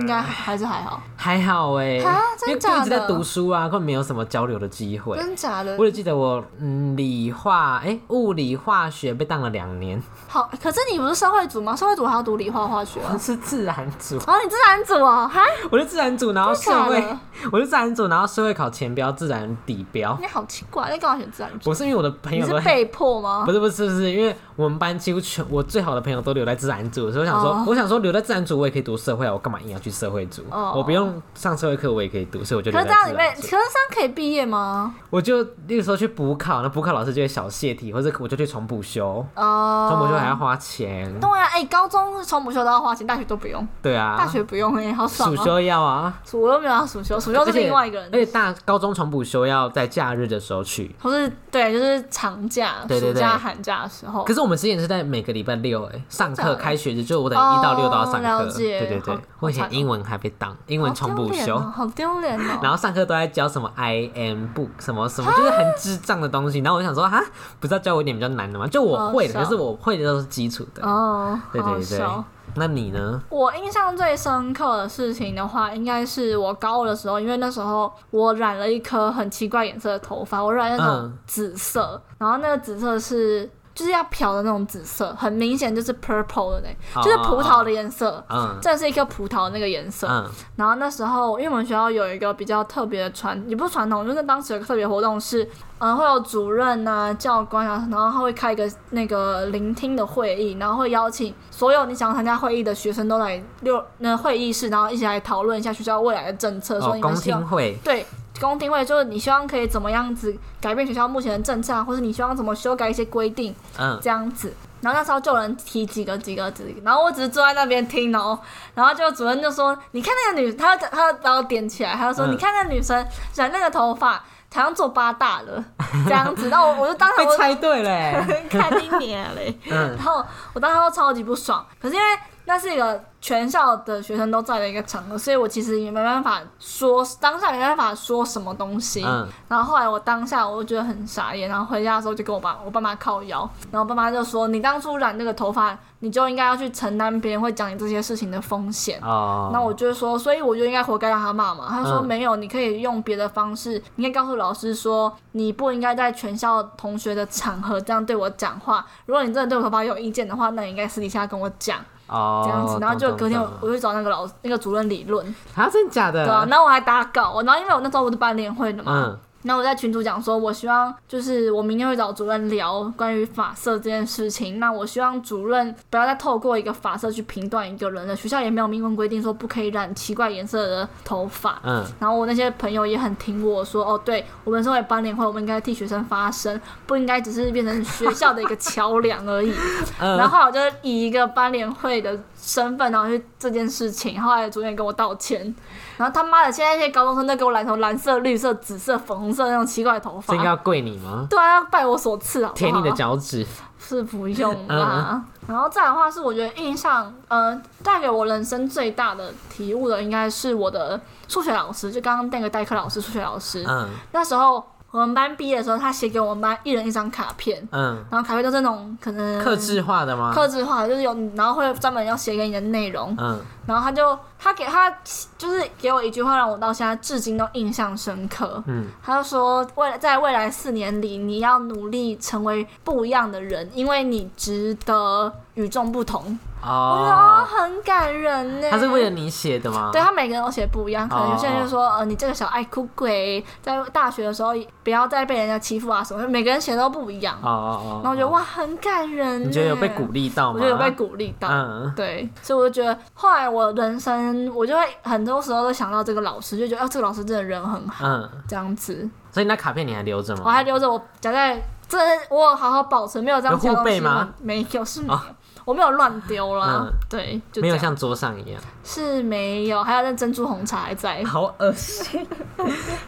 Speaker 1: 应该还是还好，
Speaker 2: 还好哎、
Speaker 1: 啊
Speaker 2: 因
Speaker 1: 真
Speaker 2: 为
Speaker 1: 假的
Speaker 2: 就一直在读书啊，根本没有什么交流的机会。
Speaker 1: 真假的
Speaker 2: 我只记得我嗯，理化哎、物理化学被当了两年，
Speaker 1: 好。可是你不是社会组吗？社会组还要读理化化学啊。
Speaker 2: 是自然组，
Speaker 1: 然后你自然组啊，哈，
Speaker 2: 我是自然组，然后社
Speaker 1: 真假
Speaker 2: 会
Speaker 1: 的，
Speaker 2: 我是自然组，然后社会考前标，自然底标
Speaker 1: 你。好奇怪，那干嘛选自然组？
Speaker 2: 不是因为我的朋
Speaker 1: 你
Speaker 2: 友
Speaker 1: 是
Speaker 2: 都
Speaker 1: 被迫吗
Speaker 2: 不？是不是不是，因为我们班几乎全我最好的朋友都留在自然组，所以我想说
Speaker 1: 哦
Speaker 2: 我想说留在自然组我也可以读社会啊，我干嘛硬要去社会组
Speaker 1: 哦
Speaker 2: 我不用上社会课我也可以读，所以我就
Speaker 1: 可
Speaker 2: 留
Speaker 1: 是
Speaker 2: 在
Speaker 1: 这样
Speaker 2: 自
Speaker 1: 你被，
Speaker 2: 然
Speaker 1: 可
Speaker 2: 组
Speaker 1: 是。这样可以毕业吗？
Speaker 2: 我就那个时候去补考，那补考老师就会小泄题，或者我就去重补修，
Speaker 1: 哦、
Speaker 2: 重补修还要花钱。
Speaker 1: 对啊，哎、高中重补修都要花钱，大学都不用，
Speaker 2: 对啊，
Speaker 1: 大学不用哎、好爽
Speaker 2: 暑
Speaker 1: 啊！
Speaker 2: 修要啊，
Speaker 1: 暑我又没有要暑修，暑修
Speaker 2: 而
Speaker 1: 是
Speaker 2: 且
Speaker 1: 另外一个人
Speaker 2: 而且大高中重补修要在假日的时候去，
Speaker 1: 不是对，就是长假、
Speaker 2: 对对
Speaker 1: 暑假、
Speaker 2: 对
Speaker 1: 寒假的时候。
Speaker 2: 可是我们之前是在每个礼拜六哎、上
Speaker 1: 真
Speaker 2: 课
Speaker 1: 的
Speaker 2: 开学日，就我等
Speaker 1: 哦
Speaker 2: 一到六都要上课。
Speaker 1: 了解
Speaker 2: 对对对
Speaker 1: 好，
Speaker 2: 我以前
Speaker 1: 好惨哦
Speaker 2: 英文还被当，英文
Speaker 1: 好
Speaker 2: 重
Speaker 1: 丢
Speaker 2: 补
Speaker 1: 脸
Speaker 2: 修。
Speaker 1: 哦，好丢脸哦！
Speaker 2: 然后上课都在教什么 I am book 什么什么，就是很智障的东西。然后我就想说，哈，不是要教我一点比较难的吗？就我会的，
Speaker 1: 好
Speaker 2: 可
Speaker 1: 笑
Speaker 2: 是我会的都是基础的。
Speaker 1: 哦，
Speaker 2: 对
Speaker 1: 好
Speaker 2: 对对
Speaker 1: 笑。。
Speaker 2: 那你呢？
Speaker 1: 我印象最深刻的事情的话，应该是我高二的时候，因为那时候我染了一颗很奇怪颜色的头发，我染那种
Speaker 2: 嗯
Speaker 1: 紫色，然后那个紫色是。就是要漂的那种紫色，很明显就是 purple 的
Speaker 2: 哦
Speaker 1: 那，就是葡萄的颜色，
Speaker 2: 嗯
Speaker 1: 这是一颗葡萄的那个颜色。
Speaker 2: 嗯
Speaker 1: 然后那时候，因为我们学校有一个比较特别的传，也不是传统，就是当时有个特别活动是，嗯、会有主任啊、教官啊，然后他会开一个那个聆听的会议，然后会邀请所有你想参加会议的学生都来六那会议室，然后一起来讨论一下学校未来的政策，说
Speaker 2: 哦，
Speaker 1: 你
Speaker 2: 公
Speaker 1: 们希望
Speaker 2: 听会，
Speaker 1: 对。公听会就是你希望可以怎么样子改变学校目前的政策啊，或者你希望怎么修改一些规定，
Speaker 2: 嗯，
Speaker 1: 这样子。然后那时候就有人提几个几个几个，然后我只是坐在那边听哦，然后就主任就说：“你看那个女，他他把我点起来，他就说：‘
Speaker 2: 嗯
Speaker 1: 你看那女生染那个头发，好像做八大了，这样子。’那我我就当场
Speaker 2: 被
Speaker 1: 我
Speaker 2: 猜对嘞，
Speaker 1: 看你脸嘞，
Speaker 2: 嗯
Speaker 1: 然后我当时都超级不爽，可是因为那是一个全校的学生都在的一个场合，所以我其实也没办法说当下没办法说什么东西。
Speaker 2: 嗯
Speaker 1: 然后后来我当下我就觉得很傻眼，然后回家的时候就跟我爸我爸妈靠腰，然后我爸妈就说：“你当初染那个头发，你就应该要去承担别人会讲你这些事情的风险。”
Speaker 2: 哦，
Speaker 1: 那我就说，所以我就应该活该让他骂嘛。他说
Speaker 2: 嗯
Speaker 1: 没有，你可以用别的方式，你可以告诉老师说，你不应该在全校同学的场合这样对我讲
Speaker 2: 哦
Speaker 1: 话。如果你真的对我头发有意见的话，那你应该私底下跟我讲
Speaker 2: 哦
Speaker 1: 这样子。然后就
Speaker 2: 懂
Speaker 1: 隔天我
Speaker 2: 懂懂
Speaker 1: 我就找那个老那个主任理论，
Speaker 2: 啊，真的假的？
Speaker 1: 对啊，然后我还打稿，然后因为我那时候我是班联会的嘛，
Speaker 2: 嗯
Speaker 1: 那我在群主讲说，我希望就是我明天会找主任聊关于发色这件事情。那我希望主任不要再透过一个发色去评断一个人了。学校也没有明文规定说不可以染奇怪颜色的头发。
Speaker 2: 嗯，
Speaker 1: 然后我那些朋友也很听我说，哦，对我们身为班联会，我们应该替学生发声，不应该只是变成学校的一个桥梁而已。
Speaker 2: 嗯
Speaker 1: 然后后来我就以一个班联会的身份，然后去这件事情。后来主任也跟我道歉，然后他妈的，现在那些高中生都给我染成蓝色、绿色、紫色、粉红色那种奇怪的头
Speaker 2: 这
Speaker 1: 发
Speaker 2: 应该，要跪你吗？
Speaker 1: 对啊，要拜我所赐啊！
Speaker 2: 舔你的脚 趾，
Speaker 1: 是不用啦。然后再来的话是，我觉得印象，呃，带给我人生最大的体悟的，应该是我的数学老师，就刚刚那个代课老师，数学老师。
Speaker 2: 嗯
Speaker 1: 那时候我们班毕业的时候，他写给我们班一人一张卡片，
Speaker 2: 嗯，
Speaker 1: 然后卡片都是那种可能
Speaker 2: 克制化的吗？
Speaker 1: 嗯克制化，就是有，然后会专门要写给你的内容。
Speaker 2: 嗯
Speaker 1: 然后他就他给他就是给我一句话，让我到现在至今都印象深刻。
Speaker 2: 嗯，
Speaker 1: 他就说，未来在未来四年里，你要努力成为不一样的人，因为你值得与众不同。我觉得哦
Speaker 2: 哦，
Speaker 1: 很感人呢。
Speaker 2: 他是为了你写的吗？
Speaker 1: 对他每个人都写不一样，可能有些人
Speaker 2: 哦
Speaker 1: 就说，呃，你这个小爱哭鬼，在大学的时候不要再被人家欺负啊什么的，每个人写都不一样。
Speaker 2: 哦哦哦，
Speaker 1: 然后我觉得哇，很感人。
Speaker 2: 你觉得有被鼓？励到
Speaker 1: 我
Speaker 2: 吗？
Speaker 1: 觉得有被鼓励到。
Speaker 2: 嗯
Speaker 1: 对，所以我就觉得，后来我人生，我就会很多时候都想到这个老师，就觉得，哦、这个老师真的人很好，
Speaker 2: 嗯，
Speaker 1: 这样子。
Speaker 2: 所以那卡片你还留着吗？
Speaker 1: 我还留着我夹在，这我有好好保存，没有这样
Speaker 2: 有
Speaker 1: 夹
Speaker 2: 护
Speaker 1: 东
Speaker 2: 背
Speaker 1: 西
Speaker 2: 吗哦
Speaker 1: 乱？没有，是没有，我没有乱丢啦。
Speaker 2: 嗯
Speaker 1: 对，就
Speaker 2: 没有
Speaker 1: 这样
Speaker 2: 像桌上一样，
Speaker 1: 是没有，还有那珍珠红茶还在。
Speaker 2: 好恶心。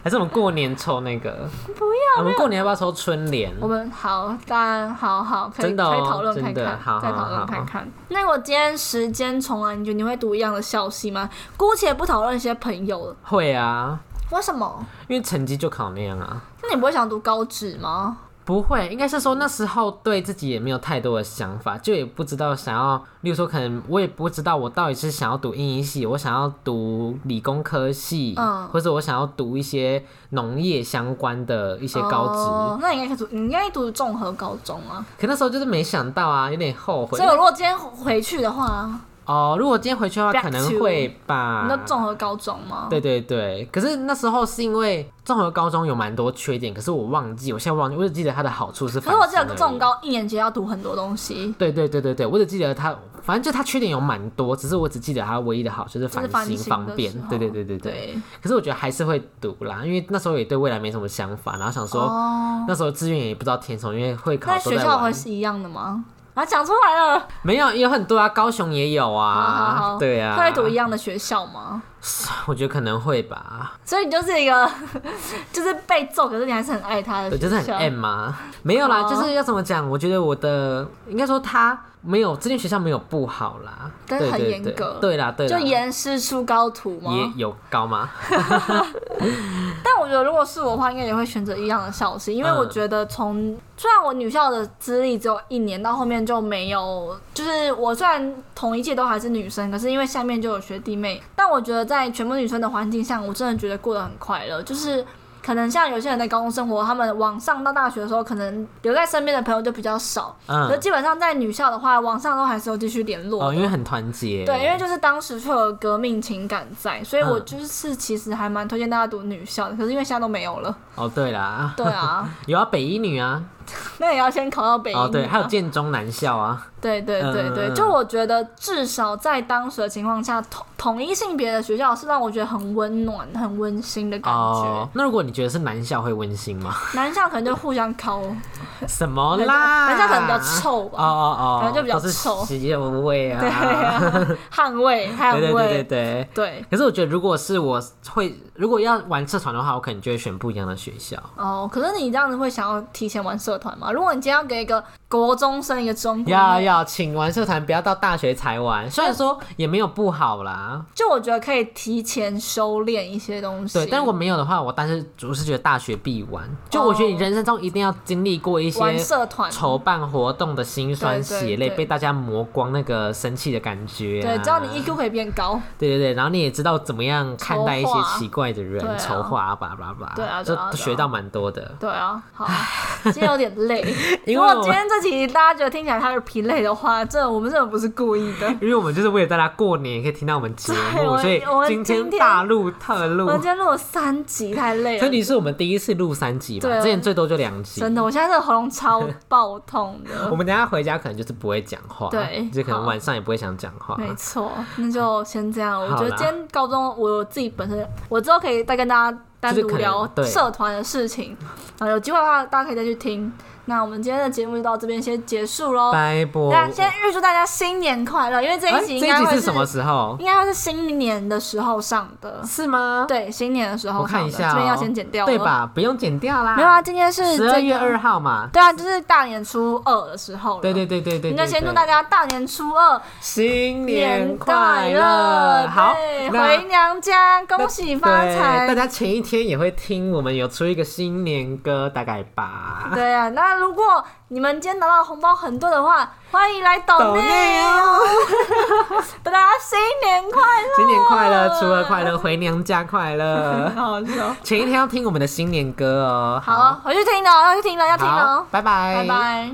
Speaker 2: 还是我们过年抽那个？不要，我们过年要不要抽春联？
Speaker 1: 我们好，当然好好，可以、
Speaker 2: 真的哦
Speaker 1: 可以讨论看
Speaker 2: 真的
Speaker 1: 看，
Speaker 2: 好
Speaker 1: 再
Speaker 2: 好
Speaker 1: 讨
Speaker 2: 好
Speaker 1: 论看看。那我今天时间重来，你觉得你会读一样的校系吗？姑且不讨论一些朋友了，
Speaker 2: 会啊，
Speaker 1: 为什么？
Speaker 2: 因为成绩就考那样啊。
Speaker 1: 那你不会想读高职吗？
Speaker 2: 不会，应该是说那时候对自己也没有太多的想法，就也不知道想要，例如说可能我也不知道我到底是想要读英语系，我想要读理工科系，
Speaker 1: 嗯
Speaker 2: 或者我想要读一些农业相关的一些高职。
Speaker 1: 哦，那你应该读，你应该读综合高中啊。
Speaker 2: 可那时候就是没想到啊，有点后悔
Speaker 1: 所以，我如果今天回去的话，
Speaker 2: 哦。如果今天回去的话，
Speaker 1: Back
Speaker 2: 可能会吧
Speaker 1: 你。都综合高中吗？
Speaker 2: 啊对对对，可是那时候是因为综合高中有蛮多缺点，可是我忘记，我现在忘记，我只记得它的好处是
Speaker 1: 可
Speaker 2: 繁
Speaker 1: 是
Speaker 2: 星
Speaker 1: 我
Speaker 2: 而已。
Speaker 1: 记得中高一年级要读很多东西，
Speaker 2: 对对对对对，我只记得它，反正就它缺点有蛮多，只是我只记得它唯一的好就是
Speaker 1: 就是
Speaker 2: 繁
Speaker 1: 繁
Speaker 2: 星
Speaker 1: 星
Speaker 2: 方
Speaker 1: 的
Speaker 2: 便
Speaker 1: 时。候
Speaker 2: 对对对对对。
Speaker 1: 对，
Speaker 2: 可是我觉得还是会读啦，因为那时候也对未来没什么想法，然后想说、
Speaker 1: 哦，
Speaker 2: 那时候志愿也不知道填什么，因为会考
Speaker 1: 那
Speaker 2: 都
Speaker 1: 学
Speaker 2: 在
Speaker 1: 校
Speaker 2: 玩
Speaker 1: 会。是一样的吗？啊，讲出来了，
Speaker 2: 没有，也有很多啊，高雄也有啊，
Speaker 1: 哦好好好
Speaker 2: 对啊，
Speaker 1: 会读一样的学校吗？
Speaker 2: 我觉得可能会吧，
Speaker 1: 所以你就是一个， 就是被揍，可是你还是很爱他的学
Speaker 2: 我
Speaker 1: 校，
Speaker 2: 就是很 M 嘛，没有啦，
Speaker 1: 哦
Speaker 2: 就是要怎么讲？我觉得我的应该说他没有这间学校没有不好啦，
Speaker 1: 但是
Speaker 2: 对
Speaker 1: 很
Speaker 2: 对
Speaker 1: 严
Speaker 2: 对
Speaker 1: 格
Speaker 2: 对啦对啦，
Speaker 1: 就严师出高徒吗？
Speaker 2: 也有高吗？
Speaker 1: 但我觉得如果是我的话，应该也会选择一样的校系，因为
Speaker 2: 嗯
Speaker 1: 我觉得从虽然我女校的资历只有一年，到后面就没有，就是我虽然同一届都还是女生，可是因为下面就有学弟妹，但我觉得在全部女生的环境下，我真的觉得过得很快乐，就是。可能像有些人的高中生活，他们往上到大学的时候，可能留在身边的朋友就比较少。
Speaker 2: 嗯
Speaker 1: 可基本上在女校的话，往上都还是有继续联络的。
Speaker 2: 哦，因为很团结。
Speaker 1: 对，因为就是当时确有革命情感在，所以我
Speaker 2: 嗯就是
Speaker 1: 其实还蛮推荐大家读女校的。可是因为现在都没有了，
Speaker 2: 哦对啦，
Speaker 1: 对 啊，
Speaker 2: 有啊北一女啊，
Speaker 1: 那也要先考到北一、嗯啊
Speaker 2: 哦对，还有建中男校啊，
Speaker 1: 对对对对，
Speaker 2: 嗯嗯嗯
Speaker 1: 就我觉得至少在当时的情况下，统统一性别的学校是让我觉得很温暖、很温馨的感觉
Speaker 2: 哦。，那如果你觉得是男校会温馨 吗？
Speaker 1: 男校可能就互相考，
Speaker 2: 什么
Speaker 1: 男校
Speaker 2: 啦？
Speaker 1: 男校可能比较臭
Speaker 2: 哦
Speaker 1: 吧，
Speaker 2: 哦哦，
Speaker 1: 可能就比较
Speaker 2: 都是
Speaker 1: 臭
Speaker 2: 洗我味啊，
Speaker 1: 对啊，捍卫捍
Speaker 2: 对对对对
Speaker 1: 卫，
Speaker 2: 对。
Speaker 1: 对。
Speaker 2: 可是我觉得，如果是我会，如果要玩社团的话，我可能就会选不一样的学校。
Speaker 1: 哦，可是你这样子会想要提前玩社团吗？如果你今天要给一个国中生一个中国妹
Speaker 2: 要要，请玩社团，不要到大学才玩。虽然说也没有不好啦，
Speaker 1: 就我觉得可以提前收敛一些东西。
Speaker 2: 对。但如果没有的话，我但是我是觉得大学必玩。就我觉得你人生中一定要经历过一些
Speaker 1: 哦玩社团，
Speaker 2: 筹办活动的辛酸血
Speaker 1: 对对
Speaker 2: 泪，
Speaker 1: 对
Speaker 2: 被大家磨光那个生气的感觉、啊。
Speaker 1: 对，只要你 EQ 可以变高，
Speaker 2: 对对对，然后你也知道怎么样看待一
Speaker 1: 筹
Speaker 2: 些
Speaker 1: 划
Speaker 2: 奇怪的人
Speaker 1: 对啊，
Speaker 2: 筹划啊，叭叭叭，
Speaker 1: 对啊
Speaker 2: 就
Speaker 1: 对啊对啊
Speaker 2: 学到蛮多的。
Speaker 1: 对啊，好，今天有点累。
Speaker 2: 因为
Speaker 1: 如果
Speaker 2: 我
Speaker 1: 今天这集大家觉得听起来太疲累的话，这我们真的不是故意 的。
Speaker 2: 因为我们就是为了大家过年也可以听到我们节
Speaker 1: 对我
Speaker 2: 目，
Speaker 1: 们
Speaker 2: 所以
Speaker 1: 我们
Speaker 2: 今
Speaker 1: 今
Speaker 2: 天
Speaker 1: 天
Speaker 2: 大录特
Speaker 1: 我
Speaker 2: 录
Speaker 1: 们。今天录了三集，太 累
Speaker 2: 所以
Speaker 1: 了，
Speaker 2: 你是我们第一次录三集
Speaker 1: 对
Speaker 2: 嘛？之前最多就两集。
Speaker 1: 真的，我现在这个喉咙超爆痛
Speaker 2: 我
Speaker 1: 的。
Speaker 2: 们等一下回家可能就是不会讲话，
Speaker 1: 对
Speaker 2: 就可能
Speaker 1: 好
Speaker 2: 晚上也不会想讲话。
Speaker 1: 没错，那就先这样。我
Speaker 2: 好啦
Speaker 1: 觉得今天高中我自己本身，我之后可以再跟大家单
Speaker 2: 就是
Speaker 1: 独
Speaker 2: 可能
Speaker 1: 聊
Speaker 2: 对
Speaker 1: 社团的事情，啊，有机会的话大家可以再去听。那我们今天的节目就到这边先结束喽。
Speaker 2: 拜拜。
Speaker 1: 那先预祝大家新年快乐，因为这
Speaker 2: 哎
Speaker 1: 一集应该
Speaker 2: 哦这一
Speaker 1: 会
Speaker 2: 集是什么时候？
Speaker 1: 应该会是新年的时候上的，
Speaker 2: 是吗？，
Speaker 1: 对，新年的时候
Speaker 2: 我看一
Speaker 1: 上的
Speaker 2: 下哦，
Speaker 1: 这边要先剪掉，
Speaker 2: 对？吧？不用剪掉啦。
Speaker 1: 没有啊，今天是
Speaker 2: 十二月二
Speaker 1: 号，
Speaker 2: 号嘛。
Speaker 1: 对啊，就是大年初二的时候了。
Speaker 2: 对对对对对。
Speaker 1: 那先
Speaker 2: 对
Speaker 1: 祝
Speaker 2: 对
Speaker 1: 大家大年初二
Speaker 2: 新年
Speaker 1: 快
Speaker 2: 快乐！好，
Speaker 1: 对
Speaker 2: 那
Speaker 1: 回娘家，恭喜发
Speaker 2: 对大
Speaker 1: 财。
Speaker 2: 家前一天也会听我们有出一个新年歌，大概吧。
Speaker 1: 对啊，那如果你们今天拿到红包很多的话，欢迎来抖
Speaker 2: 抖内
Speaker 1: 内
Speaker 2: 哦，
Speaker 1: 大家新年快乐，
Speaker 2: 新年快乐，初二快乐，回娘家快乐。
Speaker 1: 好笑。
Speaker 2: 前一天要听我们的新年歌
Speaker 1: 哦
Speaker 2: 哦。
Speaker 1: 好，，回去听了，要去听了，要听
Speaker 2: 好
Speaker 1: 了，，
Speaker 2: 拜拜，
Speaker 1: 拜拜。